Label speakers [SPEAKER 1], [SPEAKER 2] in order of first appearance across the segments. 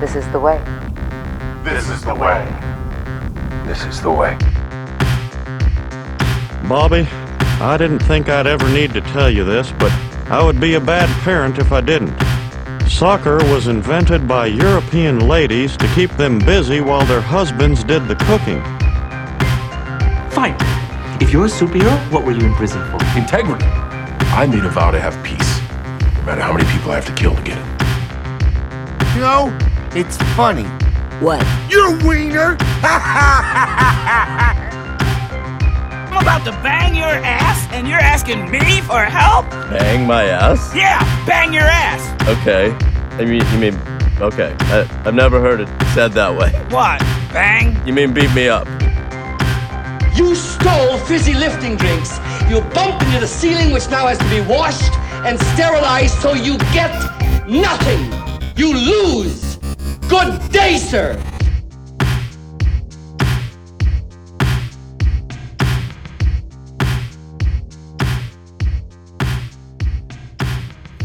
[SPEAKER 1] This is the way.
[SPEAKER 2] This is the way. This is the way.
[SPEAKER 3] Bobby, I didn't think I'd ever need to tell you this, but I would be a bad parent if I didn't. Soccer was invented by European ladies to keep them busy while their husbands did the cooking.
[SPEAKER 4] Fine. If you're a superhero, what were you in prison for?
[SPEAKER 2] Integrity. I made a vow to have peace, no matter how many people I have to kill to get it.
[SPEAKER 5] You know, it's funny.
[SPEAKER 1] What?
[SPEAKER 5] You're wiener!
[SPEAKER 6] I'm about to bang your ass, and you're asking me for help?
[SPEAKER 7] Bang my ass?
[SPEAKER 6] Yeah, bang your ass.
[SPEAKER 7] Okay. I mean, you mean, okay. I, I've never heard it said that way.
[SPEAKER 6] What? Bang?
[SPEAKER 7] You mean beat me up?
[SPEAKER 8] You stole fizzy lifting drinks. You bumped into the ceiling, which now has to be washed and sterilized, so you get nothing. You lose. Good day, sir.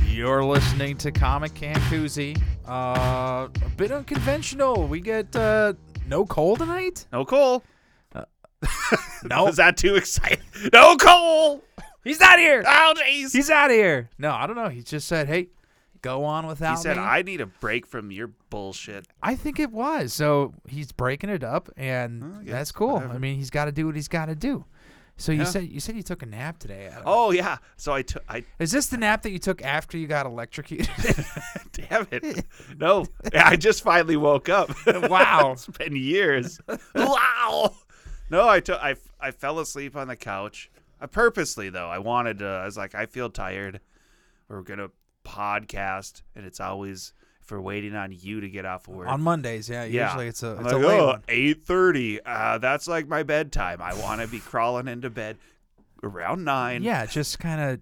[SPEAKER 9] You're listening to Comic Cancuzzi. Uh, a bit unconventional. We get uh, no coal tonight.
[SPEAKER 10] No Cole.
[SPEAKER 9] No,
[SPEAKER 10] Is that too exciting? No Cole.
[SPEAKER 9] he's not here.
[SPEAKER 10] Oh jeez.
[SPEAKER 9] He's out of here. No, I don't know. He just said, "Hey, go on without
[SPEAKER 10] He said,
[SPEAKER 9] me."
[SPEAKER 10] "I need a break from your bullshit."
[SPEAKER 9] I think it was. So he's breaking it up, and that's cool. I mean, he's got to do what he's got to do. So you said you said you took a nap today. I don't-
[SPEAKER 10] Oh yeah. So I took. I
[SPEAKER 9] Is this the nap that you took after you got electrocuted?
[SPEAKER 10] damn it. No, I just finally woke up.
[SPEAKER 9] Wow.
[SPEAKER 10] it's been years. wow. No, I took. I f- I fell asleep on the couch. I purposely though. I wanted to. I was like, I feel tired. We're gonna podcast, and it's always if we're waiting on you to get off work.
[SPEAKER 9] On Mondays, yeah.
[SPEAKER 10] Yeah.
[SPEAKER 9] Usually it's a
[SPEAKER 10] I'm
[SPEAKER 9] it's a
[SPEAKER 10] like,
[SPEAKER 9] late
[SPEAKER 10] "Oh,
[SPEAKER 9] one.
[SPEAKER 10] 8:30. Uh, that's like my bedtime. I want to be crawling into bed around nine.
[SPEAKER 9] Yeah, just kind of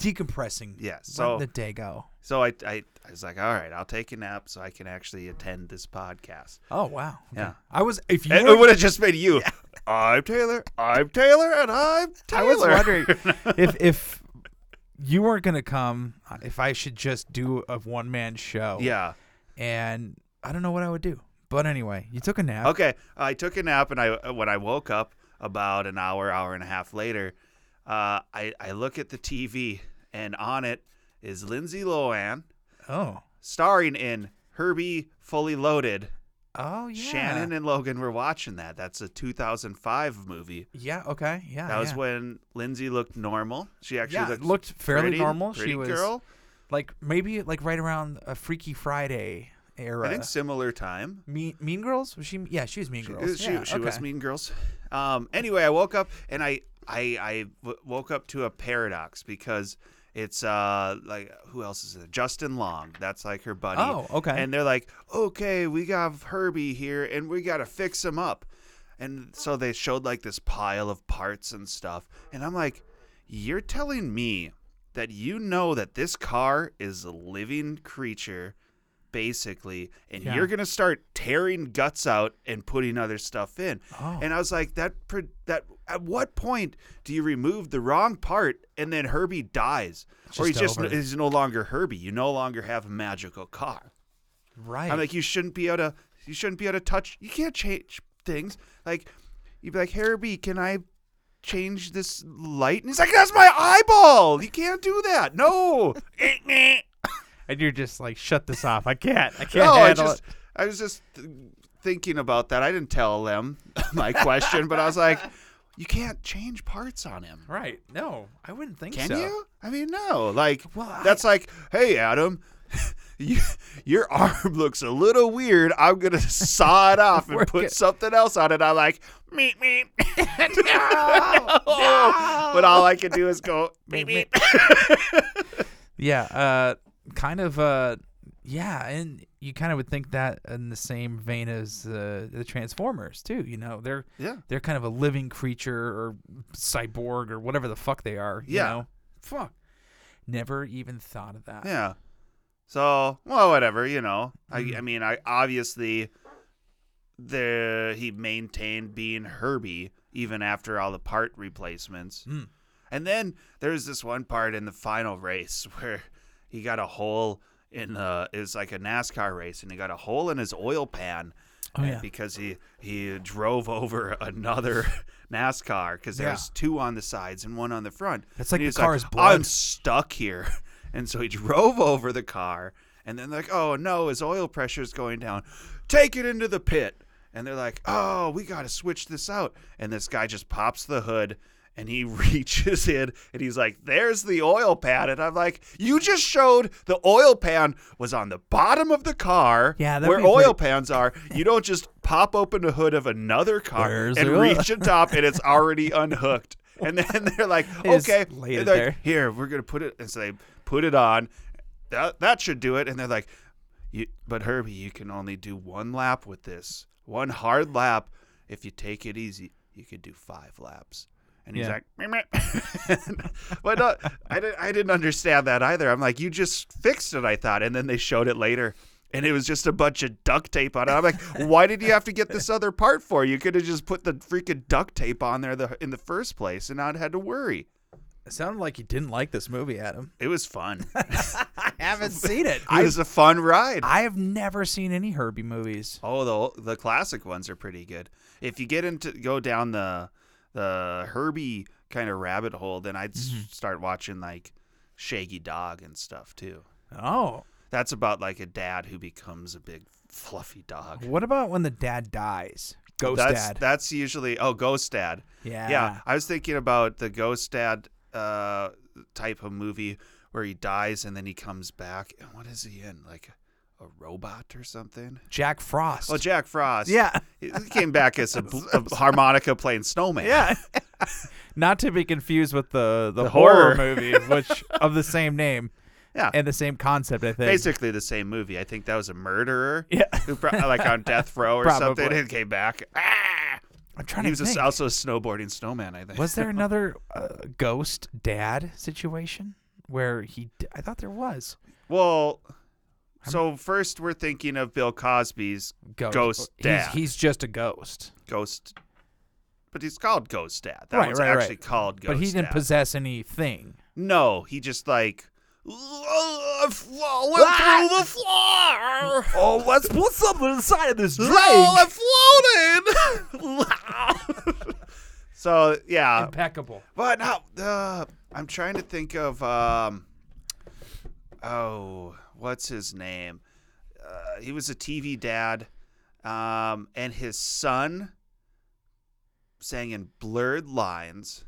[SPEAKER 9] decompressing.
[SPEAKER 10] Yeah,
[SPEAKER 9] letting
[SPEAKER 10] so-
[SPEAKER 9] the day go.
[SPEAKER 10] So I, I, I was like, all right, I'll take a nap so I can actually attend this podcast.
[SPEAKER 9] Oh wow. Okay.
[SPEAKER 10] Yeah.
[SPEAKER 9] I was if you
[SPEAKER 10] And
[SPEAKER 9] were-
[SPEAKER 10] it would have just been you. I'm Taylor. I'm Taylor, and I'm Taylor.
[SPEAKER 9] I was wondering if if you weren't gonna come, if I should just do a one man show.
[SPEAKER 10] yeah.
[SPEAKER 9] And I don't know what I would do. But anyway, you took a nap.
[SPEAKER 10] Okay. I took a nap, and I uh, when I woke up about an hour, hour and a half later, uh, I I look at the TV, and on it is Lindsay Lohan
[SPEAKER 9] Oh.
[SPEAKER 10] starring in Herbie Fully Loaded.
[SPEAKER 9] Oh yeah.
[SPEAKER 10] Shannon and Logan were watching that. That's a 2005 movie.
[SPEAKER 9] Yeah. Okay. Yeah.
[SPEAKER 10] That was
[SPEAKER 9] Oh, yeah.
[SPEAKER 10] when Lindsay looked normal. She actually
[SPEAKER 9] Yeah,
[SPEAKER 10] looked,
[SPEAKER 9] looked fairly
[SPEAKER 10] pretty-
[SPEAKER 9] normal. She
[SPEAKER 10] Pretty
[SPEAKER 9] was-
[SPEAKER 10] girl.
[SPEAKER 9] like maybe like right around a Freaky Friday era.
[SPEAKER 10] I think similar time.
[SPEAKER 9] Mean, mean Girls? Was she? Yeah, she was Mean
[SPEAKER 10] Uh,
[SPEAKER 9] Girls.
[SPEAKER 10] She,
[SPEAKER 9] yeah,
[SPEAKER 10] she was
[SPEAKER 9] okay.
[SPEAKER 10] Mean Girls. Um, anyway, I woke up and I I I w- woke up to a paradox because it's uh like who else is it? Justin Long. That's like her buddy.
[SPEAKER 9] Oh, okay.
[SPEAKER 10] And they're like, okay, we got Herbie here and we gotta fix him up. And so they showed like this pile of parts and stuff, and I'm like, you're telling me that you know that this car is a living creature basically, and
[SPEAKER 9] Yeah.
[SPEAKER 10] you're gonna start tearing guts out and putting other stuff in.
[SPEAKER 9] Oh.
[SPEAKER 10] And I was like, that pro- that at what point do you remove the wrong part and then Herbie dies, or he's
[SPEAKER 9] Just
[SPEAKER 10] just
[SPEAKER 9] over.
[SPEAKER 10] he's no longer Herbie? You no longer have a magical car.
[SPEAKER 9] Right.
[SPEAKER 10] I'm like, you shouldn't be able to you shouldn't be able to touch. You can't change things. Like you'd be like, Herbie, can I? Change this light, and he's like, "That's my eyeball. You can't do that. No,
[SPEAKER 9] and you're just like, shut this off. I can't. I can't
[SPEAKER 10] No, I
[SPEAKER 9] handle
[SPEAKER 10] just
[SPEAKER 9] it.
[SPEAKER 10] I was just th- thinking about that. I didn't tell them my question, but I was like, you can't change parts on him.
[SPEAKER 9] Right. No, I wouldn't think
[SPEAKER 10] Can
[SPEAKER 9] so.
[SPEAKER 10] you? I mean, no. Like
[SPEAKER 9] Well, I-
[SPEAKER 10] that's like, hey, Adam, you, your arm looks a little weird. I'm gonna saw it off and
[SPEAKER 9] We're
[SPEAKER 10] put
[SPEAKER 9] go-
[SPEAKER 10] something else on it. I'm like, meet me. no, But all I can do is go meet me.
[SPEAKER 9] Yeah, uh, kind of. Uh, yeah, and you kind of would think that in the same vein as uh, the Transformers too. You know, they're
[SPEAKER 10] Yeah.
[SPEAKER 9] they're kind of a living creature or cyborg or whatever the fuck they are.
[SPEAKER 10] Yeah.
[SPEAKER 9] You know? Fuck. Never even thought of that.
[SPEAKER 10] Yeah. So, well, whatever, you know.
[SPEAKER 9] Mm-hmm.
[SPEAKER 10] I, I mean, I obviously the he maintained being Herbie even after all the part replacements.
[SPEAKER 9] Mm.
[SPEAKER 10] And then there's this one part in the final race where he got a hole in uh is like a NASCAR race, and he got a hole in his oil pan.
[SPEAKER 9] Oh,
[SPEAKER 10] and
[SPEAKER 9] yeah.
[SPEAKER 10] Because he he drove over another NASCAR because
[SPEAKER 9] Yeah.
[SPEAKER 10] there's two on the sides and one on the front.
[SPEAKER 9] That's like
[SPEAKER 10] And
[SPEAKER 9] the
[SPEAKER 10] he's
[SPEAKER 9] car's
[SPEAKER 10] I'm
[SPEAKER 9] blood."
[SPEAKER 10] stuck here, and so he drove over the car, and then they're like, oh no, his oil pressure's going down. Take it into the pit, and they're like, oh, we got to switch this out. And this guy just pops the hood. And he reaches in and he's like, There's the oil pan. And I'm like, You just showed the oil pan was on the bottom of the car
[SPEAKER 9] Yeah, that'd
[SPEAKER 10] where
[SPEAKER 9] be pretty-
[SPEAKER 10] oil pans are. You don't just pop open the hood of another car
[SPEAKER 9] Where's
[SPEAKER 10] and
[SPEAKER 9] the oil?
[SPEAKER 10] reach the top, and it's already unhooked. And then they're like,
[SPEAKER 9] They just
[SPEAKER 10] "Okay,
[SPEAKER 9] laid
[SPEAKER 10] And
[SPEAKER 9] it
[SPEAKER 10] they're like,
[SPEAKER 9] there.
[SPEAKER 10] here we're gonna put it." And so they put it on. That that should do it. And they're like, you, "But Herbie, you can only do one lap with this. One hard lap. If you take it easy, you could do five laps." And he's
[SPEAKER 9] Yeah.
[SPEAKER 10] like, "Meh, meh." but no, I, didn't, I didn't understand that either. I'm like, you just fixed it, I thought. And then they showed it later. And it was just a bunch of duct tape on it. I'm like, why did you have to get this other part for? You could have just put the freaking duct tape on there the, in the first place and not had to worry.
[SPEAKER 9] It sounded like you didn't like this movie, Adam.
[SPEAKER 10] It was fun.
[SPEAKER 9] I haven't seen it.
[SPEAKER 10] it
[SPEAKER 9] I
[SPEAKER 10] was a fun ride.
[SPEAKER 9] I have never seen any Herbie movies.
[SPEAKER 10] Oh, the the classic ones are pretty good. If you get into go down the the Herbie kind of rabbit hole, then I'd
[SPEAKER 9] Mm-hmm.
[SPEAKER 10] s start watching like Shaggy Dog and stuff too.
[SPEAKER 9] Oh,
[SPEAKER 10] That's about like a dad who becomes a big fluffy dog.
[SPEAKER 9] what about when the dad dies? Ghost
[SPEAKER 10] that's,
[SPEAKER 9] Dad.
[SPEAKER 10] That's usually oh Ghost Dad.
[SPEAKER 9] Yeah.
[SPEAKER 10] Yeah. I was thinking about the Ghost Dad uh, type of movie where he dies and then he comes back. And what is he in? Like a robot or something?
[SPEAKER 9] Jack Frost.
[SPEAKER 10] Oh, Jack Frost.
[SPEAKER 9] Yeah.
[SPEAKER 10] He came back as a, a harmonica playing snowman.
[SPEAKER 9] yeah. Not to be confused with the the,
[SPEAKER 10] The
[SPEAKER 9] horror,
[SPEAKER 10] horror.
[SPEAKER 9] movie, which of the same name
[SPEAKER 10] Yeah.
[SPEAKER 9] and the same concept. I think.
[SPEAKER 10] Basically the same movie. I think that was a murderer.
[SPEAKER 9] Yeah.
[SPEAKER 10] Who pro- like on death row or
[SPEAKER 9] Probably.
[SPEAKER 10] something and came back. Ah!
[SPEAKER 9] I'm trying
[SPEAKER 10] He was
[SPEAKER 9] to
[SPEAKER 10] a,
[SPEAKER 9] think.
[SPEAKER 10] also a snowboarding snowman, I think.
[SPEAKER 9] was there another uh, ghost dad situation where he? D- I thought there was.
[SPEAKER 10] Well, so first we're thinking of Bill Cosby's Ghost, Dad.
[SPEAKER 9] Oh, He's, he's just a ghost,
[SPEAKER 10] ghost, but he's called Ghost Dad. That
[SPEAKER 9] Right,
[SPEAKER 10] one's
[SPEAKER 9] right, right.
[SPEAKER 10] actually called Ghost
[SPEAKER 9] but he didn't
[SPEAKER 10] Dad.
[SPEAKER 9] possess anything.
[SPEAKER 10] no, he just like. "Oh, I'm Flowing through the floor.
[SPEAKER 9] Oh, let's put something inside of this
[SPEAKER 10] Oh, I'm floating. so yeah,
[SPEAKER 9] Impeccable.
[SPEAKER 10] But no, uh, I'm trying to think of um, oh, what's his name? Uh, he was a TV dad, um, and his son sang in blurred lines.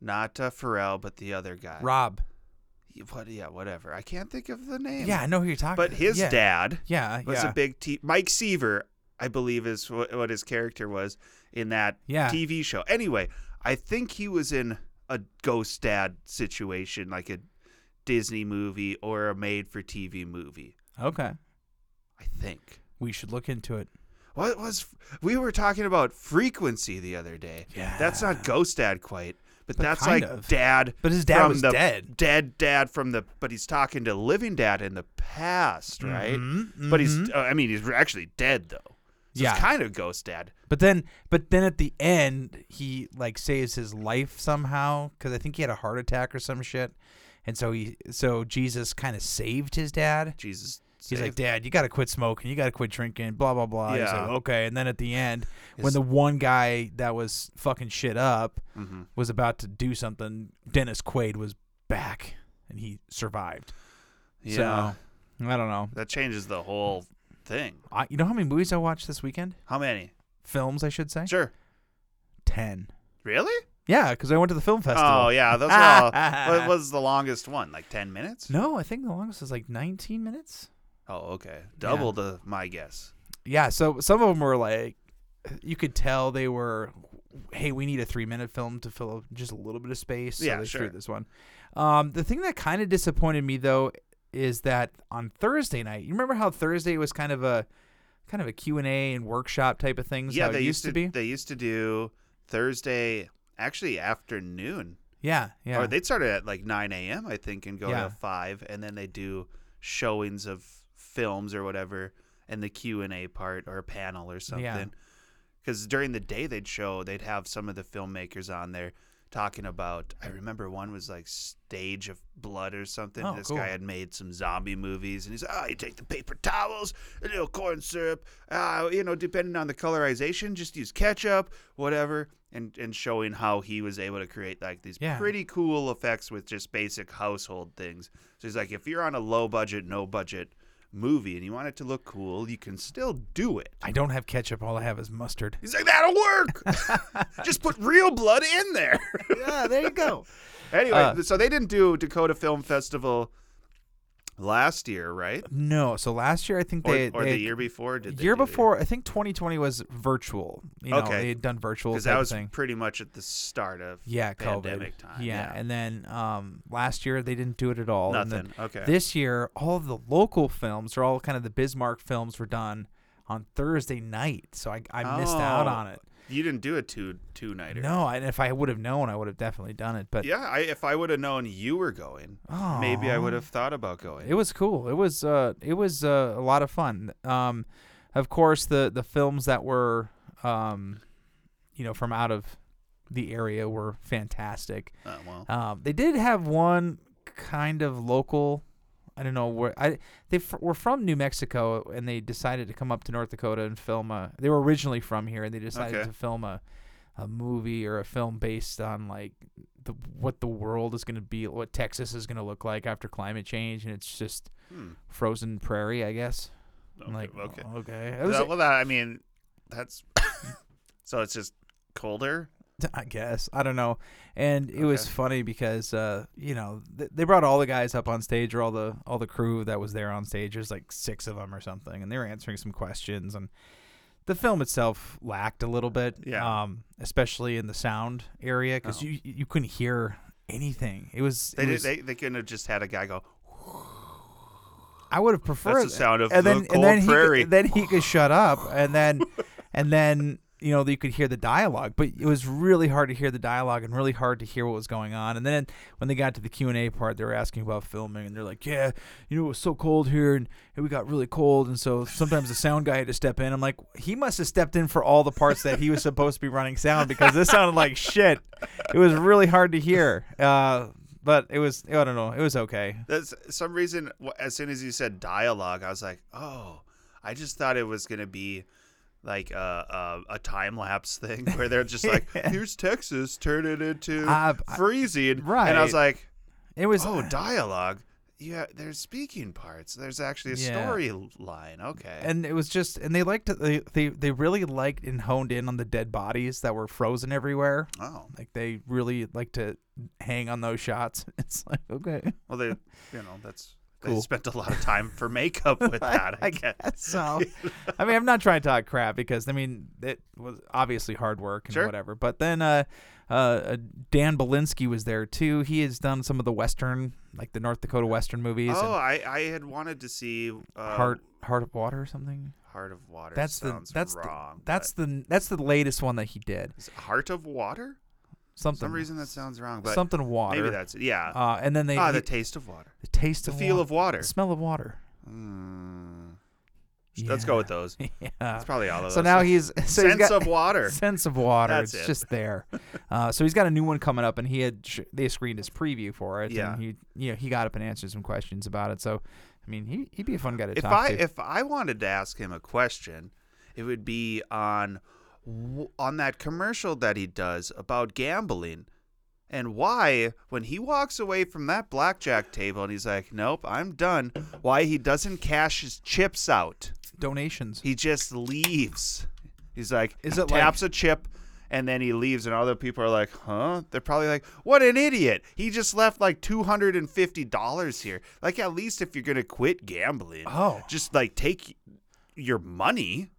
[SPEAKER 10] Not uh, Pharrell, but the other guy.
[SPEAKER 9] Rob.
[SPEAKER 10] Yeah, What? Yeah, whatever. I can't think of the name.
[SPEAKER 9] Yeah, I know who you're talking.
[SPEAKER 10] But his
[SPEAKER 9] yeah.
[SPEAKER 10] dad
[SPEAKER 9] Yeah,
[SPEAKER 10] was
[SPEAKER 9] yeah.
[SPEAKER 10] a big T. Mike Seaver, I believe, is what, what his character was in that
[SPEAKER 9] Yeah.
[SPEAKER 10] TV show. Anyway, I think he was in a ghost dad situation, like a Disney movie or a made-for-TV movie.
[SPEAKER 9] Okay,
[SPEAKER 10] I think.
[SPEAKER 9] we should look into it.
[SPEAKER 10] What was we were talking about frequency the other day?
[SPEAKER 9] Yeah.
[SPEAKER 10] that's not ghost dad quite, but,
[SPEAKER 9] But
[SPEAKER 10] that's
[SPEAKER 9] kind
[SPEAKER 10] like
[SPEAKER 9] of.
[SPEAKER 10] dad.
[SPEAKER 9] But his dad
[SPEAKER 10] from
[SPEAKER 9] was
[SPEAKER 10] the
[SPEAKER 9] dead.
[SPEAKER 10] Dead dad from the, but he's talking to living dad in the past, right?
[SPEAKER 9] Mm-hmm,
[SPEAKER 10] But he's, uh, I mean, he's actually dead though. So
[SPEAKER 9] Yeah.
[SPEAKER 10] it's kind of ghost dad.
[SPEAKER 9] But then, but then at the end, he like saves his life somehow because I think he had a heart attack or some shit, and so he, so Jesus kind of saved his dad.
[SPEAKER 10] Jesus.
[SPEAKER 9] He's like,
[SPEAKER 10] saved.
[SPEAKER 9] Dad, you got to quit smoking. You got to quit drinking. Blah blah blah. He's
[SPEAKER 10] Yeah.
[SPEAKER 9] like, okay. And then at the end, when the one guy that was fucking shit up
[SPEAKER 10] Mm-hmm.
[SPEAKER 9] was about to do something, Dennis Quaid was back and he survived.
[SPEAKER 10] yeah,
[SPEAKER 9] So I don't know.
[SPEAKER 10] that changes the whole thing.
[SPEAKER 9] I, you know how many movies I watched this weekend?
[SPEAKER 10] How many?
[SPEAKER 9] Films, I should say.
[SPEAKER 10] Sure.
[SPEAKER 9] Ten.
[SPEAKER 10] Really?
[SPEAKER 9] Yeah, because I went to the film festival.
[SPEAKER 10] Oh yeah, that's all. what was the longest one? Like ten minutes?
[SPEAKER 9] No, I think the longest is like 19 minutes.
[SPEAKER 10] Oh, okay, double the my guess.
[SPEAKER 9] Yeah, so some of them were like, you could tell they were, hey, we need a three minute film to fill up just a little bit of space. So
[SPEAKER 10] Yeah,
[SPEAKER 9] they
[SPEAKER 10] sure.
[SPEAKER 9] threw this one. Um, the thing that kind of disappointed me though is that on Thursday night, you remember how Thursday was kind of a kind of a Q and A and workshop type of things.
[SPEAKER 10] yeah,
[SPEAKER 9] how it
[SPEAKER 10] they
[SPEAKER 9] used to be.
[SPEAKER 10] They used to do Thursday, actually afternoon,
[SPEAKER 9] yeah, yeah.
[SPEAKER 10] or they started at like nine a.m. I think and go
[SPEAKER 9] Yeah.
[SPEAKER 10] to five, and then they do showings of films or whatever, and the Q and A part or a panel or something. Because during the day they'd show, they'd have some of the filmmakers on there talking about. I remember one was like Stage of Blood or something.
[SPEAKER 9] Oh,
[SPEAKER 10] this
[SPEAKER 9] cool.
[SPEAKER 10] guy had made some zombie movies, and he's oh, you take the paper towels, a little corn syrup, uh, you know, depending on the colorization, just use ketchup, whatever, and and showing how he was able to create like these
[SPEAKER 9] Yeah.
[SPEAKER 10] pretty cool effects with just basic household things. So he's like, if you're on a low budget, no budget movie, and you want it to look cool, you can still do it.
[SPEAKER 9] I don't have ketchup. All I have is mustard.
[SPEAKER 10] He's like, that'll work. Just put real blood in there.
[SPEAKER 5] Yeah, there you go. Uh.
[SPEAKER 10] anyway, so they didn't do Dakota Film Festival last year, right?
[SPEAKER 9] No. So last year, I think
[SPEAKER 10] Or,
[SPEAKER 9] they
[SPEAKER 10] or
[SPEAKER 9] they-
[SPEAKER 10] the year before? Did they
[SPEAKER 9] year
[SPEAKER 10] do it?
[SPEAKER 9] before, I think 2020 was virtual. You know,
[SPEAKER 10] Okay.
[SPEAKER 9] they had done virtual
[SPEAKER 10] Because that
[SPEAKER 9] type
[SPEAKER 10] was
[SPEAKER 9] thing.
[SPEAKER 10] pretty much at the start of
[SPEAKER 9] yeah, COVID.
[SPEAKER 10] pandemic time.
[SPEAKER 9] Yeah. and then um, last year they didn't do it at all. and then
[SPEAKER 10] Nothing, okay.
[SPEAKER 9] This year, all of the local films or all kind of the Bismarck films were done on Thursday night, so I, I missed out
[SPEAKER 10] Oh.
[SPEAKER 9] on it.
[SPEAKER 10] You didn't do a two two nighter.
[SPEAKER 9] No, and if I would have known, I would have definitely done it. But
[SPEAKER 10] Yeah, I, if I would have known you were going, maybe I would have thought about going.
[SPEAKER 9] it was cool. It was uh, it was uh, a lot of fun. Um, of course, the the films that were, um, you know, from out of the area were fantastic.
[SPEAKER 10] Uh, well,
[SPEAKER 9] Um, they did have one kind of local. I don't know where I they f- were from New Mexico and they decided to come up to North Dakota and film a. They were originally from here and they decided
[SPEAKER 10] Okay.
[SPEAKER 9] to film a, a movie or a film based on like the what the world is going to be, what Texas is going to look like after climate change, and it's just frozen prairie, I guess. I'm like,
[SPEAKER 10] Hmm. okay.
[SPEAKER 9] "Oh, okay. It was-
[SPEAKER 10] That- Uh, well, that, I mean, that's so it's just colder.
[SPEAKER 9] I guess I don't know, and it was funny because uh, you know th- they brought all the guys up on stage or all the all the crew that was there on stage. There's like six of them or something, and they were answering some questions. And the film itself lacked a little bit,
[SPEAKER 10] Yeah. Oh.
[SPEAKER 9] um, especially in the sound area because you you couldn't hear anything. It was,
[SPEAKER 10] They
[SPEAKER 9] it
[SPEAKER 10] did,
[SPEAKER 9] was-
[SPEAKER 10] they they couldn't have just had a guy go.
[SPEAKER 9] I would have preferred
[SPEAKER 10] the sound of
[SPEAKER 9] and
[SPEAKER 10] the
[SPEAKER 9] then,
[SPEAKER 10] cold
[SPEAKER 9] and then He
[SPEAKER 10] prairie.
[SPEAKER 9] could, then he could shut up, and then and then you know you could hear the dialogue, but it was really hard to hear the dialogue and really hard to hear what was going on. And then when they got to the Q and A part, they were asking about filming, and they're like, "Yeah, you know it was so cold here, and, and we got really cold, and so sometimes the sound guy had to step in." I'm like, he must have stepped in for all the parts that he was supposed to be running sound because this sounded like shit. It was really hard to hear. Uh, but it was I don't know it was okay.
[SPEAKER 10] That's some reason. wh- As soon as you said dialogue, I was like, oh, I just thought it was gonna be like a a, a time lapse thing where they're just like, here's Texas, turn it into
[SPEAKER 9] Uh, I-
[SPEAKER 10] freezing, And I was
[SPEAKER 9] right.
[SPEAKER 10] like,
[SPEAKER 9] It was
[SPEAKER 10] oh, dialogue. Yeah, there's speaking parts. There's actually a
[SPEAKER 9] Yeah.
[SPEAKER 10] storyline. Okay.
[SPEAKER 9] and it was just and they liked they, they they really liked and honed in on the dead bodies that were frozen everywhere
[SPEAKER 10] oh,
[SPEAKER 9] like they really like to hang on those shots it's like okay
[SPEAKER 10] well, they, you know, that's. They
[SPEAKER 9] Cool.
[SPEAKER 10] spent a lot of time for makeup with that. I,
[SPEAKER 9] i
[SPEAKER 10] guess.
[SPEAKER 9] guess so i mean i'm not trying to talk crap because i mean it was obviously hard work and
[SPEAKER 10] Sure.
[SPEAKER 9] whatever but then uh uh, uh, Dan Belinsky was there too. He has done some of the Western, like the North Dakota Western movies,
[SPEAKER 10] Oh,
[SPEAKER 9] and
[SPEAKER 10] I, I had wanted to see uh,
[SPEAKER 9] Heart Heart of Water or something.
[SPEAKER 10] Heart of Water.
[SPEAKER 9] That's the
[SPEAKER 10] sounds
[SPEAKER 9] that's
[SPEAKER 10] wrong.
[SPEAKER 9] the that's
[SPEAKER 10] but-
[SPEAKER 9] the that's the latest one that he did.
[SPEAKER 10] Is it Heart of Water?
[SPEAKER 9] Something.
[SPEAKER 10] For some reason that sounds wrong, but
[SPEAKER 9] something water.
[SPEAKER 10] maybe that's it. Yeah.
[SPEAKER 9] Uh, and then they
[SPEAKER 10] ah,
[SPEAKER 9] he-
[SPEAKER 10] the taste of water.
[SPEAKER 9] the taste
[SPEAKER 10] The
[SPEAKER 9] of
[SPEAKER 10] feel
[SPEAKER 9] wa-
[SPEAKER 10] of water.
[SPEAKER 9] the smell of water.
[SPEAKER 10] Mm. Let's go
[SPEAKER 9] Yeah.
[SPEAKER 10] with those.
[SPEAKER 9] Yeah.
[SPEAKER 10] That's probably all of
[SPEAKER 9] So
[SPEAKER 10] those.
[SPEAKER 9] now he's so he's
[SPEAKER 10] Sense
[SPEAKER 9] got-
[SPEAKER 10] of water.
[SPEAKER 9] sense of water.
[SPEAKER 10] That's
[SPEAKER 9] it's
[SPEAKER 10] it.
[SPEAKER 9] just there. Uh, so he's got a new one coming up, and he had sh- they screened his preview for it.
[SPEAKER 10] Yeah.
[SPEAKER 9] And he you know he got up and answered some questions about it. So I mean he he'd be a fun guy to
[SPEAKER 10] If
[SPEAKER 9] talk
[SPEAKER 10] I
[SPEAKER 9] to.
[SPEAKER 10] if I wanted to ask him a question, it would be on w- on that commercial that he does about gambling. And why, when he walks away from that blackjack table and he's like, "Nope, I'm done," why he doesn't cash his chips out?
[SPEAKER 9] Donations.
[SPEAKER 10] He just leaves. He's like,
[SPEAKER 9] Is it
[SPEAKER 10] taps a chip, and then he leaves, and other people are like, huh? They're probably like, what an idiot! He just left like two hundred and fifty dollars here. Like, at least if you're gonna quit gambling,
[SPEAKER 9] Oh.
[SPEAKER 10] just like take your money,